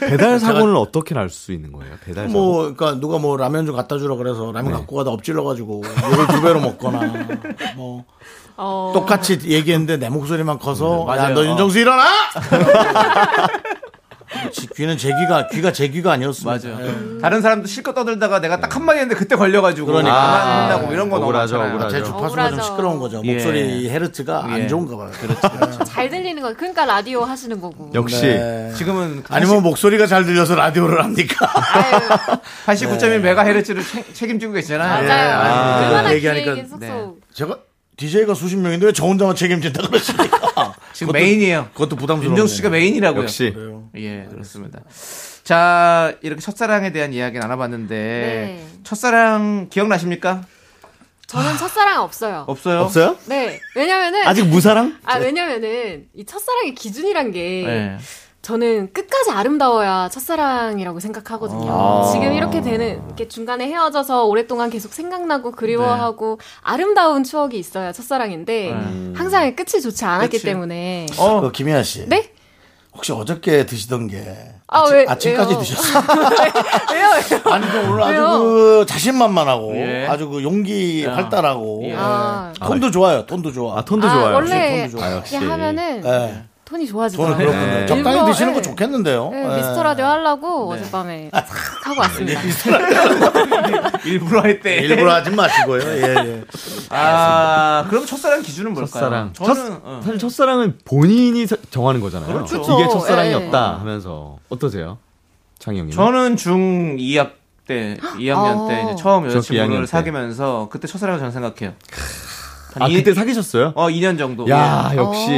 [SPEAKER 6] 배달 사고를 어떻게 알 수 있는 거예요? 배달 사고.
[SPEAKER 1] 뭐 그러니까 누가 뭐 라면 좀 갖다 주라 그래서 라면 갖고 가다 엎질러 가지고 이걸 두 배로 먹거나 뭐
[SPEAKER 7] 어...
[SPEAKER 1] 똑같이 얘기했는데 내 목소리만 커서
[SPEAKER 2] 맞아요.
[SPEAKER 1] 야 너 윤정수 일어나! 지- 귀는 제 귀가 귀가 제 귀가 아니었습니다.
[SPEAKER 2] 맞아요.
[SPEAKER 1] 예.
[SPEAKER 2] 네.
[SPEAKER 6] 음.
[SPEAKER 2] 다른 사람도 실컷 떠들다가 내가 딱 한마디 했는데 그때 걸려가지고.
[SPEAKER 1] 그러니까.
[SPEAKER 2] 아, 안 한다고 이런 거 너무
[SPEAKER 6] 억울하죠,
[SPEAKER 2] 많잖아요.
[SPEAKER 6] 억울하죠.
[SPEAKER 1] 제 주파수가 좀
[SPEAKER 7] 억울하죠.
[SPEAKER 1] 시끄러운 거죠.
[SPEAKER 2] 예.
[SPEAKER 1] 목소리 헤르트가
[SPEAKER 2] 예.
[SPEAKER 1] 안 좋은가 봐요.
[SPEAKER 7] 잘 들리는 거 그러니까 라디오 하시는 거고.
[SPEAKER 6] 역시
[SPEAKER 1] 네.
[SPEAKER 2] 지금은
[SPEAKER 1] 아니면 목소리가 잘 들려서 라디오를 합니까?
[SPEAKER 6] 네.
[SPEAKER 2] 89.1MHz를 책임지고 계시잖아요. 네.
[SPEAKER 7] 맞아요.
[SPEAKER 1] 아,
[SPEAKER 7] 얼마나
[SPEAKER 1] 얘기하니까-
[SPEAKER 7] 기획이 쏙쏙.
[SPEAKER 1] 제가 DJ가 수십 명인데 왜 저 혼자만 책임진다 그러십니까?
[SPEAKER 2] 지금 메인이에요.
[SPEAKER 1] 그것도 부담스러워.
[SPEAKER 2] 윤정수 씨가 메인이라고요.
[SPEAKER 6] 역시
[SPEAKER 2] 예, 그렇습니다. 자, 이렇게 첫사랑에 대한 이야기 나눠봤는데
[SPEAKER 7] 네.
[SPEAKER 2] 첫사랑 기억나십니까?
[SPEAKER 7] 저는 첫사랑 없어요.
[SPEAKER 2] 없어요.
[SPEAKER 6] 없어요?
[SPEAKER 7] 네. 왜냐면은
[SPEAKER 6] 아직 무사랑?
[SPEAKER 7] 아 왜냐면은 이 첫사랑의 기준이란 게
[SPEAKER 2] 네.
[SPEAKER 7] 저는 끝까지 아름다워야 첫사랑이라고 생각하거든요.
[SPEAKER 2] 아.
[SPEAKER 7] 지금 이렇게 되는 이렇게 중간에 헤어져서 오랫동안 계속 생각나고 그리워하고 아름다운 추억이 있어야 첫사랑인데 항상 끝이 좋지 않았기
[SPEAKER 2] 그치.
[SPEAKER 7] 때문에
[SPEAKER 1] 어, 김희아 씨.
[SPEAKER 7] 네?
[SPEAKER 1] 혹시 어저께 드시던 게
[SPEAKER 7] 아,
[SPEAKER 1] 아침,
[SPEAKER 7] 왜-
[SPEAKER 1] 아침까지
[SPEAKER 7] 왜요?
[SPEAKER 1] 드셨어요?
[SPEAKER 7] 왜요? 왜요?
[SPEAKER 1] 아니 좀 오늘
[SPEAKER 7] 왜요?
[SPEAKER 1] 아주 그 자신만만하고
[SPEAKER 2] 예.
[SPEAKER 1] 아주 그 용기 활달하고
[SPEAKER 2] 예.
[SPEAKER 7] 아.
[SPEAKER 1] 예. 톤도 좋아요. 톤도 좋아.
[SPEAKER 6] 아 톤도
[SPEAKER 7] 아,
[SPEAKER 6] 좋아요.
[SPEAKER 7] 원래
[SPEAKER 1] 톤도 좋아요.
[SPEAKER 6] 아, 역시.
[SPEAKER 7] 이렇게 하면은
[SPEAKER 1] 예.
[SPEAKER 7] 톤이
[SPEAKER 1] 저는
[SPEAKER 7] 좋아지더라고요.
[SPEAKER 1] 그렇군요.
[SPEAKER 6] 네.
[SPEAKER 1] 적당히
[SPEAKER 7] 일부러,
[SPEAKER 1] 드시는 거
[SPEAKER 7] 예.
[SPEAKER 1] 좋겠는데요.
[SPEAKER 7] 네,
[SPEAKER 1] 예.
[SPEAKER 7] 미스터 라디오 하려고 어젯밤에 탁 하고 왔습니다.
[SPEAKER 2] 일부러 할 때.
[SPEAKER 1] 일부러 하지 마시고요. 예, 예.
[SPEAKER 2] 아, 그럼 첫사랑 기준은 뭘까요?
[SPEAKER 6] 첫사랑.
[SPEAKER 2] 저는
[SPEAKER 6] 첫-
[SPEAKER 2] 어.
[SPEAKER 6] 사실 첫사랑은 본인이 서- 정하는 거잖아요.
[SPEAKER 2] 그렇죠.
[SPEAKER 6] 이게 첫사랑이
[SPEAKER 7] 예.
[SPEAKER 6] 없다 하면서 어떠세요, 창영님?
[SPEAKER 2] 저는 중 2학 때, 2학년
[SPEAKER 7] 어.
[SPEAKER 2] 때 이제 처음
[SPEAKER 6] 중학교
[SPEAKER 2] 여자친구를
[SPEAKER 6] 이학년 때.
[SPEAKER 2] 사귀면서 그때 첫사랑을 저는 생각해요.
[SPEAKER 6] 아
[SPEAKER 2] 이-
[SPEAKER 6] 그때 사귀셨어요?
[SPEAKER 2] 어, 2년 정도.
[SPEAKER 6] 야
[SPEAKER 2] 예.
[SPEAKER 7] 어.
[SPEAKER 6] 역시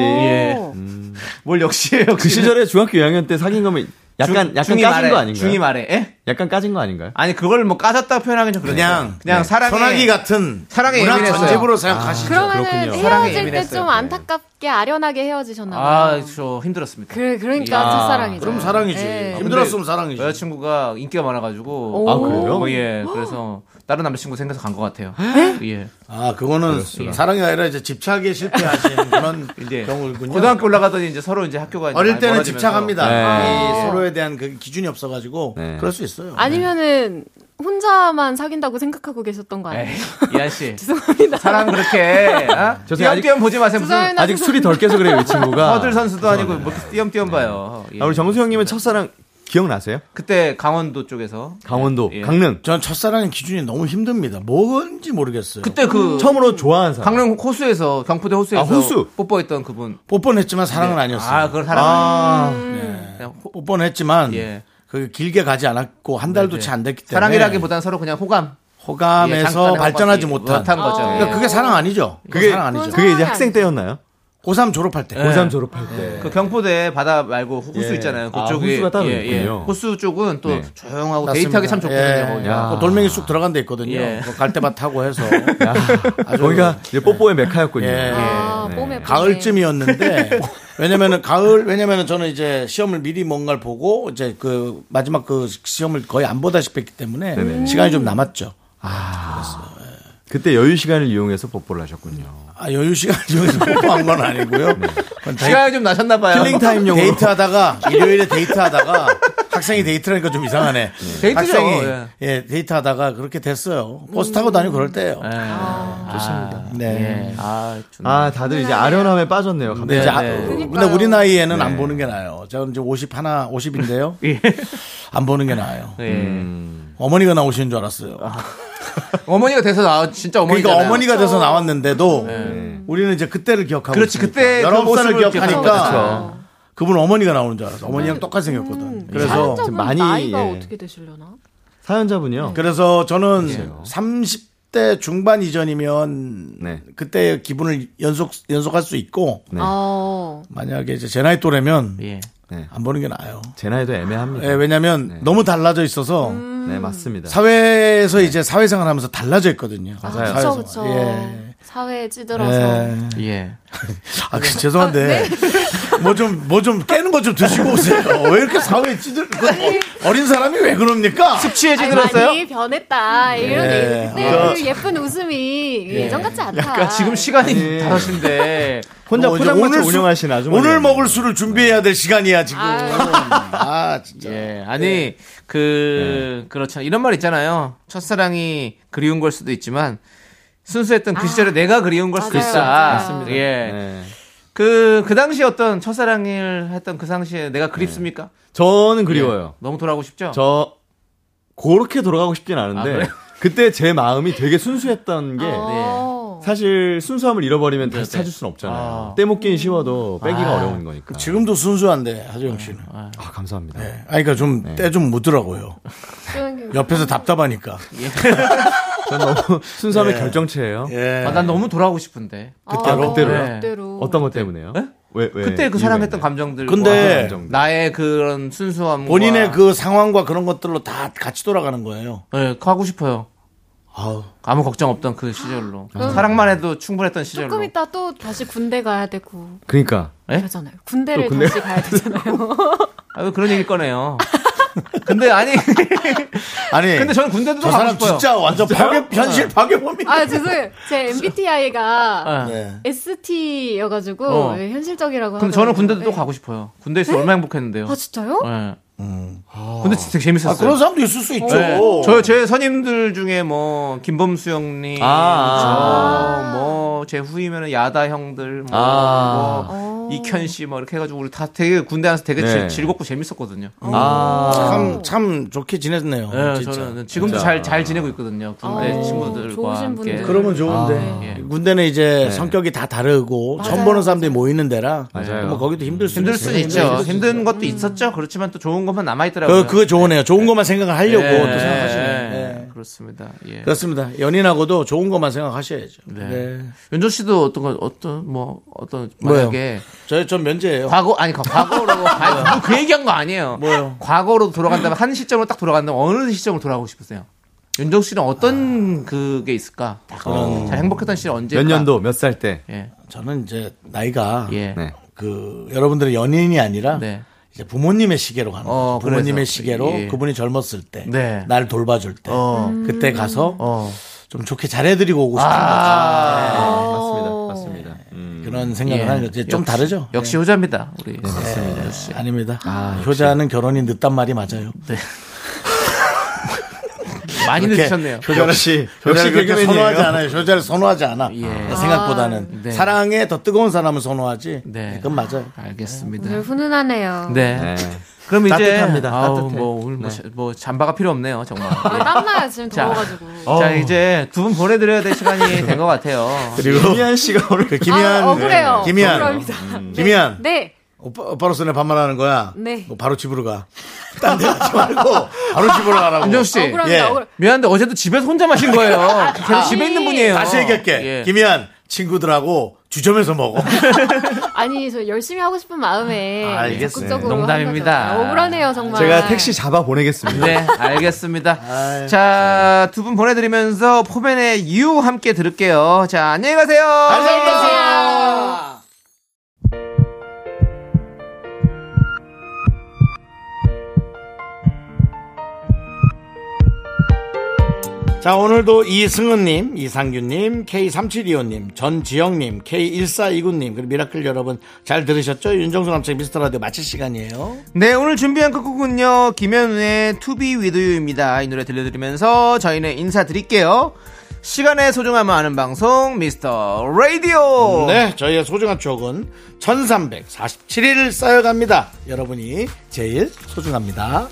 [SPEAKER 6] 음.
[SPEAKER 7] 오.
[SPEAKER 2] 뭘 역시
[SPEAKER 6] 그 시절에 중학교 2학년 때 사귄 거면 약간 약간 까진
[SPEAKER 2] 말에,
[SPEAKER 6] 거 아닌가요?
[SPEAKER 2] 중이 말에. 예?
[SPEAKER 6] 약간 까진 거 아닌가요?
[SPEAKER 2] 아니 그걸 뭐 까졌다 표현하기는 좀 그냥 네.
[SPEAKER 1] 그냥,
[SPEAKER 2] 그냥 사랑의
[SPEAKER 1] 네. 소나기 같은
[SPEAKER 2] 사랑의
[SPEAKER 1] 문화
[SPEAKER 2] 예민했어요. 아.
[SPEAKER 1] 전집으로 생각하시죠.
[SPEAKER 7] 그러면은
[SPEAKER 6] 그렇군요.
[SPEAKER 2] 사랑에
[SPEAKER 7] 헤어질 때
[SPEAKER 2] 예민했어요.
[SPEAKER 7] 좀 안타깝게 아련하게 헤어지셨나 봐요.
[SPEAKER 2] 아저 힘들었습니다.
[SPEAKER 7] 그래 그러니까
[SPEAKER 2] 야.
[SPEAKER 7] 첫사랑이죠.
[SPEAKER 1] 그럼 사랑이지.
[SPEAKER 7] 예.
[SPEAKER 1] 힘들었으면 사랑이지.
[SPEAKER 2] 여자친구가 인기가 많아가지고
[SPEAKER 7] 오.
[SPEAKER 6] 아, 그래요?
[SPEAKER 2] 어, 예 그래서 다른 남자친구 생겨서 간 것 같아요. 예
[SPEAKER 1] 아, 그거는 사랑이 아니라 이제 집착에 실패하신 그런
[SPEAKER 2] 이제
[SPEAKER 1] 경우군요.
[SPEAKER 2] 예. 고등학교 올라가더니 이제 서로 이제 학교가 이제
[SPEAKER 1] 어릴
[SPEAKER 2] 많이
[SPEAKER 1] 때는
[SPEAKER 2] 멀어지면서 아.
[SPEAKER 1] 집착합니다.
[SPEAKER 6] 네.
[SPEAKER 1] 이 서로에 대한 그 기준이 없어가지고
[SPEAKER 6] 네.
[SPEAKER 7] 아.
[SPEAKER 1] 그럴 수 있어요.
[SPEAKER 7] 아니면은 혼자만 사귄다고 생각하고 계셨던 거 아니에요?
[SPEAKER 2] 예, 이한 씨. 죄송합니다. 사람 그렇게 어? 띄엄띄엄 보지 마세요. 무슨
[SPEAKER 7] 죄송합니다,
[SPEAKER 6] 아직 술이 덜 깨서 그래요, 이 친구가.
[SPEAKER 2] 허들 선수도 아니고 뭐 이렇게 띄엄띄엄 봐요. 예.
[SPEAKER 6] 아, 우리 정수 형님은 첫사랑 기억나세요?
[SPEAKER 2] 그때 강원도 쪽에서 예.
[SPEAKER 6] 강원도, 강릉.
[SPEAKER 1] 전 첫사랑의 기준이 너무 힘듭니다. 뭔지 모르겠어요.
[SPEAKER 2] 그때 그
[SPEAKER 6] 처음으로 좋아하는 사람.
[SPEAKER 2] 강릉 호수에서 경포대 호수에서
[SPEAKER 6] 아, 호수.
[SPEAKER 2] 뽀뽀했던 그분.
[SPEAKER 1] 뽀뽀는 했지만 사랑은
[SPEAKER 2] 네.
[SPEAKER 1] 아니었어요. 음.
[SPEAKER 2] 아, 네. 그걸 사랑.
[SPEAKER 6] 아,
[SPEAKER 1] 네.
[SPEAKER 2] 그냥 호-
[SPEAKER 1] 뽀뽀는 했지만
[SPEAKER 2] 예.
[SPEAKER 1] 그 길게 가지 않았고 한 달도
[SPEAKER 2] 네.
[SPEAKER 1] 채 안 됐기 때문에
[SPEAKER 2] 사랑이라기보단 서로 그냥 호감. 예,
[SPEAKER 1] 호감에서
[SPEAKER 2] 잠깐의
[SPEAKER 1] 발전하지
[SPEAKER 2] 호감이
[SPEAKER 1] 못한.
[SPEAKER 2] 못한 거죠.
[SPEAKER 1] 그러니까
[SPEAKER 2] 예.
[SPEAKER 1] 그게 사랑 아니죠. 그게
[SPEAKER 6] 그게-
[SPEAKER 1] 사랑 아니죠.
[SPEAKER 6] 그게 이제 학생 때였나요?
[SPEAKER 1] 고3 졸업할 때.
[SPEAKER 2] 예.
[SPEAKER 6] 고3 졸업할
[SPEAKER 1] 네.
[SPEAKER 6] 때.
[SPEAKER 2] 그 경포대 바다 말고 호- 호수
[SPEAKER 6] 예.
[SPEAKER 2] 있잖아요.
[SPEAKER 6] 아,
[SPEAKER 2] 그쪽이
[SPEAKER 6] 호수가 따로
[SPEAKER 2] 예, 예.
[SPEAKER 6] 있군요.
[SPEAKER 2] 호수 쪽은 또
[SPEAKER 6] 네.
[SPEAKER 2] 조용하고
[SPEAKER 1] 맞습니다.
[SPEAKER 2] 데이트하기 참 좋거든요.
[SPEAKER 1] 예.
[SPEAKER 2] 거기가.
[SPEAKER 6] 야.
[SPEAKER 1] 그 돌멩이 쑥 들어간 데 있거든요.
[SPEAKER 2] 예.
[SPEAKER 1] 그 갈대밭 타고 해서 아주
[SPEAKER 6] 거기가 이제 뽀뽀의 메카였군요.
[SPEAKER 1] 예.
[SPEAKER 2] 네.
[SPEAKER 7] 아, 봄에
[SPEAKER 1] 가을쯤이었는데 왜냐면은 가을 왜냐면은 저는 이제 시험을 미리 뭔가를 보고 이제 그 마지막 그 시험을 거의 안 보다시피 했기 때문에 음. 시간이 좀 남았죠.
[SPEAKER 6] 그때 여유 시간을 이용해서 뽀뽀를 하셨군요.
[SPEAKER 1] 아, 여유 시간 중에서 공부한 건 아니고요. 그건 데이-
[SPEAKER 2] 시간이 좀 나셨나 봐요.
[SPEAKER 6] 힐링 타임용으로.
[SPEAKER 1] 데이트하다가 일요일에 데이트하다가 학생이 데이트라니까 좀 이상하네.
[SPEAKER 2] 데이트죠.
[SPEAKER 1] 학생이
[SPEAKER 2] 예.
[SPEAKER 1] 음. 예, 데이트하다가 그렇게 됐어요. 버스 타고 다니고 그럴 때요.
[SPEAKER 2] 예.
[SPEAKER 1] 좋습니다.
[SPEAKER 2] 예.
[SPEAKER 1] 네.
[SPEAKER 2] 아, 좋네.
[SPEAKER 6] 아, 다들
[SPEAKER 1] 음.
[SPEAKER 6] 이제 아련함에 빠졌네요. 갑자기.
[SPEAKER 1] 근데, 이제 아-
[SPEAKER 2] 네.
[SPEAKER 1] 근데 우리 나이에는 안 보는 게 나아요. 저는 이제 50 하나 50인데요. 안 보는 게 나아요. 음.
[SPEAKER 2] 예.
[SPEAKER 1] 어머니가 나오시는 줄 알았어요.
[SPEAKER 2] 어머니가 돼서 나 진짜 아, 어머니.
[SPEAKER 1] 그러니까 어머니가 돼서 나왔는데도 우리는 이제 그때를 기억하고
[SPEAKER 2] 네. 그렇지,
[SPEAKER 1] 있으니까.
[SPEAKER 2] 그때 그
[SPEAKER 1] 19살을
[SPEAKER 2] 모습을 그렇죠.
[SPEAKER 1] 기억하니까 그분 어머니가 나오는 줄
[SPEAKER 2] 네.
[SPEAKER 1] 알았어. 어머니랑 똑같이 생겼거든.
[SPEAKER 2] 음.
[SPEAKER 1] 그래서
[SPEAKER 7] 사연자분
[SPEAKER 6] 많이,
[SPEAKER 7] 나이가
[SPEAKER 6] 예.
[SPEAKER 7] 어떻게 되시려나?
[SPEAKER 1] 음.
[SPEAKER 6] 사연자분이요.
[SPEAKER 1] 그래서 저는 30대 중반 이전이면
[SPEAKER 6] 네.
[SPEAKER 1] 그때 기분을 연속 연속할 수 있고
[SPEAKER 6] 네.
[SPEAKER 7] 어.
[SPEAKER 1] 만약에 이제 제 나이 또래면
[SPEAKER 2] 예.
[SPEAKER 1] 안 보는 게 나아요.
[SPEAKER 6] 제 나이도 애매합니다.
[SPEAKER 1] 예, 왜냐면
[SPEAKER 2] 네.
[SPEAKER 1] 너무 달라져 있어서
[SPEAKER 2] 음.
[SPEAKER 6] 네, 맞습니다.
[SPEAKER 1] 사회에서 이제 사회생활 하면서 달라져 있거든요.
[SPEAKER 6] 맞아요.
[SPEAKER 7] 그쵸,
[SPEAKER 1] 사회에서.
[SPEAKER 7] 그쵸.
[SPEAKER 1] 예.
[SPEAKER 7] 사회에 찌들어서.
[SPEAKER 1] 예.
[SPEAKER 2] 예.
[SPEAKER 1] 아, 그, 죄송한데 뭐 좀 뭐 좀 깨는 거 좀 드시고 오세요. 어, 왜 이렇게 사회에 찌들? 그 어, 어린 사람이 왜 그럽니까?
[SPEAKER 2] 취해
[SPEAKER 7] 아니,
[SPEAKER 2] 지들었어요?
[SPEAKER 7] 많이 변했다. 이런
[SPEAKER 1] 예.
[SPEAKER 7] 얘기. 그때
[SPEAKER 1] 아.
[SPEAKER 7] 그 예쁜 웃음이 예전 같지 않다.
[SPEAKER 2] 그러니까 지금 시간이
[SPEAKER 6] 아니.
[SPEAKER 2] 5시인데.
[SPEAKER 6] 혼자
[SPEAKER 1] 어, 이제
[SPEAKER 6] 포장마차
[SPEAKER 1] 오늘 술-
[SPEAKER 6] 운영하신 아주머니.
[SPEAKER 1] 오늘 먹을 술을 준비해야 될 시간이야 지금.
[SPEAKER 7] 아유.
[SPEAKER 1] 아 진짜.
[SPEAKER 2] 예. 아니, 그, 그렇죠. 이런 말 있잖아요. 첫사랑이 그리운 걸 수도 있지만, 순수했던 그 시절에 내가 그리운 걸 수도
[SPEAKER 7] 아. 맞아요,
[SPEAKER 2] 있다.
[SPEAKER 7] 맞아요.
[SPEAKER 2] 맞습니다. 예.
[SPEAKER 6] 네.
[SPEAKER 2] 그, 그 당시 어떤 첫사랑을 했던 그 당시에 내가 그립습니까?
[SPEAKER 6] 저는
[SPEAKER 1] 예.
[SPEAKER 6] 그리워요.
[SPEAKER 2] 너무 돌아가고 싶죠?
[SPEAKER 6] 저 그렇게 돌아가고 싶진
[SPEAKER 2] 아,
[SPEAKER 6] 않은데
[SPEAKER 2] 그래요?
[SPEAKER 6] 그때 제 마음이 되게 순수했던
[SPEAKER 1] 아,
[SPEAKER 6] 게
[SPEAKER 1] 네.
[SPEAKER 7] 어.
[SPEAKER 6] 사실 순수함을 잃어버리면 다시 찾을 순 없잖아요. 때묻긴 쉬워도 빼기가 어려운 거니까.
[SPEAKER 1] 지금도 순수한데 하재영 씨는.
[SPEAKER 6] 아, 감사합니다.
[SPEAKER 12] 네.
[SPEAKER 1] 아니 그러니까 좀 때 좀 묻더라고요.
[SPEAKER 7] 좀-
[SPEAKER 1] 옆에서 답답하니까.
[SPEAKER 6] 전 너무 순수함의 결정체예요.
[SPEAKER 1] 예.
[SPEAKER 2] 아, 난 너무 돌아가고 싶은데.
[SPEAKER 6] 그때
[SPEAKER 7] 아,
[SPEAKER 6] 그때로요?
[SPEAKER 2] 네.
[SPEAKER 6] 네.
[SPEAKER 7] 그때로.
[SPEAKER 6] 어떤 것 때문에요? 왜, 왜?
[SPEAKER 2] 그때 그
[SPEAKER 6] 이유가
[SPEAKER 2] 사랑했던
[SPEAKER 6] 있나요?
[SPEAKER 2] 감정들.
[SPEAKER 1] 근데
[SPEAKER 6] 감정.
[SPEAKER 2] 나의 그런 순수함.
[SPEAKER 1] 본인의 그 상황과 그런 것들로 다 같이 돌아가는 거예요.
[SPEAKER 2] 예, 그 하고 싶어요. 아무 걱정 없던 그 시절로. 사랑만 해도 충분했던 시절로.
[SPEAKER 7] 아, 조금 이따 또 다시 군대 가야 되고
[SPEAKER 6] 그러니까
[SPEAKER 2] 네?
[SPEAKER 7] 그러잖아요. 군대를
[SPEAKER 6] 또 군대
[SPEAKER 7] 다시 가야 되잖아요.
[SPEAKER 2] 아, 왜 그런 얘기 꺼내요. 근데 아니.
[SPEAKER 1] 아니.
[SPEAKER 7] 네.
[SPEAKER 2] 근데 저는 군대도
[SPEAKER 1] 저
[SPEAKER 2] 가고
[SPEAKER 1] 사람
[SPEAKER 2] 싶어요.
[SPEAKER 1] 진짜 완전 파괴 현실 파괴범이다.
[SPEAKER 7] 아 죄송해요. 제 MBTI가
[SPEAKER 2] 예.
[SPEAKER 1] 네.
[SPEAKER 7] ST여가지고
[SPEAKER 2] 어.
[SPEAKER 7] 현실적이라고.
[SPEAKER 2] 근데
[SPEAKER 7] 근
[SPEAKER 2] 저는 군대도 또 가고 싶어요. 군대 있으면 얼마나 행복했는데요.
[SPEAKER 7] 네. 아 진짜요?
[SPEAKER 2] 예. 근데 진짜 되게 재밌었어요.
[SPEAKER 1] 음. 아, 그런 사람도 있을 수 있죠.
[SPEAKER 2] 네. 저, 제 선임들 중에 뭐, 김범수 형님,
[SPEAKER 6] 아.
[SPEAKER 2] 저 뭐, 제 후임에는 야다 형들, 뭐,
[SPEAKER 6] 아.
[SPEAKER 7] 어.
[SPEAKER 2] 뭐 이현 씨, 뭐, 이렇게 해가지고 우리 다 되게 군대 안에서 되게
[SPEAKER 6] 네.
[SPEAKER 2] 즐- 즐겁고 재밌었거든요.
[SPEAKER 6] 음. 아.
[SPEAKER 1] 아, 참, 참 좋게 지냈네요.
[SPEAKER 2] 예,
[SPEAKER 1] 어, 진짜.
[SPEAKER 2] 저는 지금도
[SPEAKER 6] 진짜.
[SPEAKER 2] 잘, 잘 지내고 있거든요. 군대
[SPEAKER 7] 어,
[SPEAKER 2] 친구들과
[SPEAKER 7] 좋으신
[SPEAKER 2] 함께.
[SPEAKER 7] 분들.
[SPEAKER 1] 그러면 좋은데.
[SPEAKER 2] 예.
[SPEAKER 1] 아, 군대는 이제 성격이 다 다르고 처음 보는 사람들이 모이는 데라
[SPEAKER 6] 맞아요.
[SPEAKER 1] 뭐 거기도 힘들 수
[SPEAKER 2] 힘들 수 있죠. 힘든
[SPEAKER 7] 음.
[SPEAKER 2] 것도 있었죠. 그렇지만 또 좋은 것만 남아있더라고요.
[SPEAKER 1] 그, 그거 좋으네요. 좋은 것만 생각을 하려고
[SPEAKER 2] 예,
[SPEAKER 1] 또 생각하시네요.
[SPEAKER 2] 예,
[SPEAKER 1] 예.
[SPEAKER 2] 그렇습니다. 예.
[SPEAKER 1] 그렇습니다. 연인하고도 좋은 것만 생각하셔야죠.
[SPEAKER 2] 네.
[SPEAKER 1] 네.
[SPEAKER 2] 윤조 씨도 어떤 건 어떤 뭐 어떤
[SPEAKER 1] 뭐요?
[SPEAKER 2] 만약에
[SPEAKER 1] 저전 면제예요.
[SPEAKER 2] 과거 아니 과- 과거로 아니, 뭐그 얘기한 거 아니에요.
[SPEAKER 1] 뭐요?
[SPEAKER 2] 과거로 돌아간다면 한 시점으로 딱 돌아간다면 어느 시점으로 돌아가고 싶으세요? 윤정 씨는 어떤 그게 있을까?
[SPEAKER 1] 아,
[SPEAKER 2] 딱 그런 잘 행복했던 시절 언제?
[SPEAKER 6] 몇 년도 몇 살 때.
[SPEAKER 2] 예,
[SPEAKER 1] 저는 이제 나이가
[SPEAKER 2] 예,
[SPEAKER 6] 네.
[SPEAKER 1] 그 여러분들의 연인이 아니라
[SPEAKER 2] 네.
[SPEAKER 1] 이제 부모님의 시계로 가는 거죠.
[SPEAKER 2] 어,
[SPEAKER 1] 부모님의
[SPEAKER 2] 그래서,
[SPEAKER 1] 시계로
[SPEAKER 2] 예.
[SPEAKER 1] 그분이 젊었을 때,
[SPEAKER 2] 네.
[SPEAKER 1] 날 돌봐줄 때,
[SPEAKER 2] 어.
[SPEAKER 1] 그때 가서
[SPEAKER 2] 어,
[SPEAKER 1] 좀 좋게 잘해드리고 오고 싶은
[SPEAKER 2] 아.
[SPEAKER 6] 맞습니다. 맞습니다.
[SPEAKER 1] 거죠. 그런 생각을 하는 거죠. 네. 아,
[SPEAKER 2] 예.
[SPEAKER 1] 좀
[SPEAKER 2] 역시-
[SPEAKER 1] 다르죠. 네.
[SPEAKER 2] 역시 효자입니다, 우리 네, 윤정 씨. 아,
[SPEAKER 1] 아닙니다. 효자는 결혼이 늦단 말이 맞아요.
[SPEAKER 2] 많이
[SPEAKER 1] 그렇게
[SPEAKER 2] 늦으셨네요.
[SPEAKER 1] 효자를
[SPEAKER 2] 역시,
[SPEAKER 1] 역시
[SPEAKER 2] 효자를 그렇게
[SPEAKER 1] 그렇게 선호하지
[SPEAKER 2] 팬이에요.
[SPEAKER 1] 않아요. 효자를 선호하지 않아.
[SPEAKER 2] 예.
[SPEAKER 1] 생각보다는
[SPEAKER 2] 아, 네.
[SPEAKER 1] 사랑에 더 뜨거운 사람을 선호하지. 네, 그건 맞아요.
[SPEAKER 2] 알겠습니다.
[SPEAKER 7] 오늘 훈훈하네요.
[SPEAKER 2] 네. 그럼 이제
[SPEAKER 1] 따뜻합니다.
[SPEAKER 2] 아우,
[SPEAKER 1] 따뜻해.
[SPEAKER 2] 뭐 오늘 뭐,
[SPEAKER 1] 네.
[SPEAKER 2] 시- 뭐 잠바가 필요 없네요, 정말. 예.
[SPEAKER 7] 아, 땀나요 지금
[SPEAKER 2] 자. 어.
[SPEAKER 7] 더워가지고.
[SPEAKER 2] 자 이제 두 분 보내드려야 될 시간이 된 것 같아요.
[SPEAKER 1] 그리고 김희한
[SPEAKER 6] 씨가 오늘
[SPEAKER 1] 김희한
[SPEAKER 7] 아, 억울해요.
[SPEAKER 1] 김희한
[SPEAKER 7] 억울합니다.
[SPEAKER 1] 음. 김희한
[SPEAKER 7] 네.
[SPEAKER 1] 오빠, 오빠로서 내 반말하는 거야.
[SPEAKER 7] 네.
[SPEAKER 1] 너 바로 집으로 가. 딴데 가지 말고 바로 집으로 가라고.
[SPEAKER 2] 윤정 씨,
[SPEAKER 7] 어,
[SPEAKER 1] 예.
[SPEAKER 2] 미안한데 어제도 집에서 혼자 마신 거예요. 계속
[SPEAKER 1] 아,
[SPEAKER 2] 집에 있는 분이에요.
[SPEAKER 1] 다시 얘기할게.
[SPEAKER 2] 예.
[SPEAKER 1] 김희한 친구들하고 주점에서 먹어.
[SPEAKER 7] 아니 저 열심히 하고 싶은 마음에
[SPEAKER 2] 예.
[SPEAKER 1] 알겠어요.
[SPEAKER 7] 적극적으로
[SPEAKER 2] 아, 농담입니다.
[SPEAKER 7] 한 거죠. 억울하네요 정말.
[SPEAKER 6] 잡아 보내겠습니다.
[SPEAKER 2] 네,
[SPEAKER 1] 아,
[SPEAKER 2] 알겠습니다. 자, 두 분 보내드리면서 포맨의 You 함께 들을게요. 자, 안녕히 가세요. 안녕히 가세요.
[SPEAKER 1] 자, 오늘도 이승은님, 이상규님, K3725님, 전지영님, K1429님, 그리고 미라클 여러분 잘 들으셨죠? 윤정수 남창 미스터 라디오 마칠 시간이에요.
[SPEAKER 2] 네, 오늘 준비한 끝곡은요, 김현우의 To Be With You입니다. 이 노래 들려드리면서 저희는 인사드릴게요. 시간의 소중함을 아는 방송, 미스터 라디오.
[SPEAKER 1] 네, 저희의 소중한 추억은 1347일 쌓여갑니다. 여러분이 제일 소중합니다.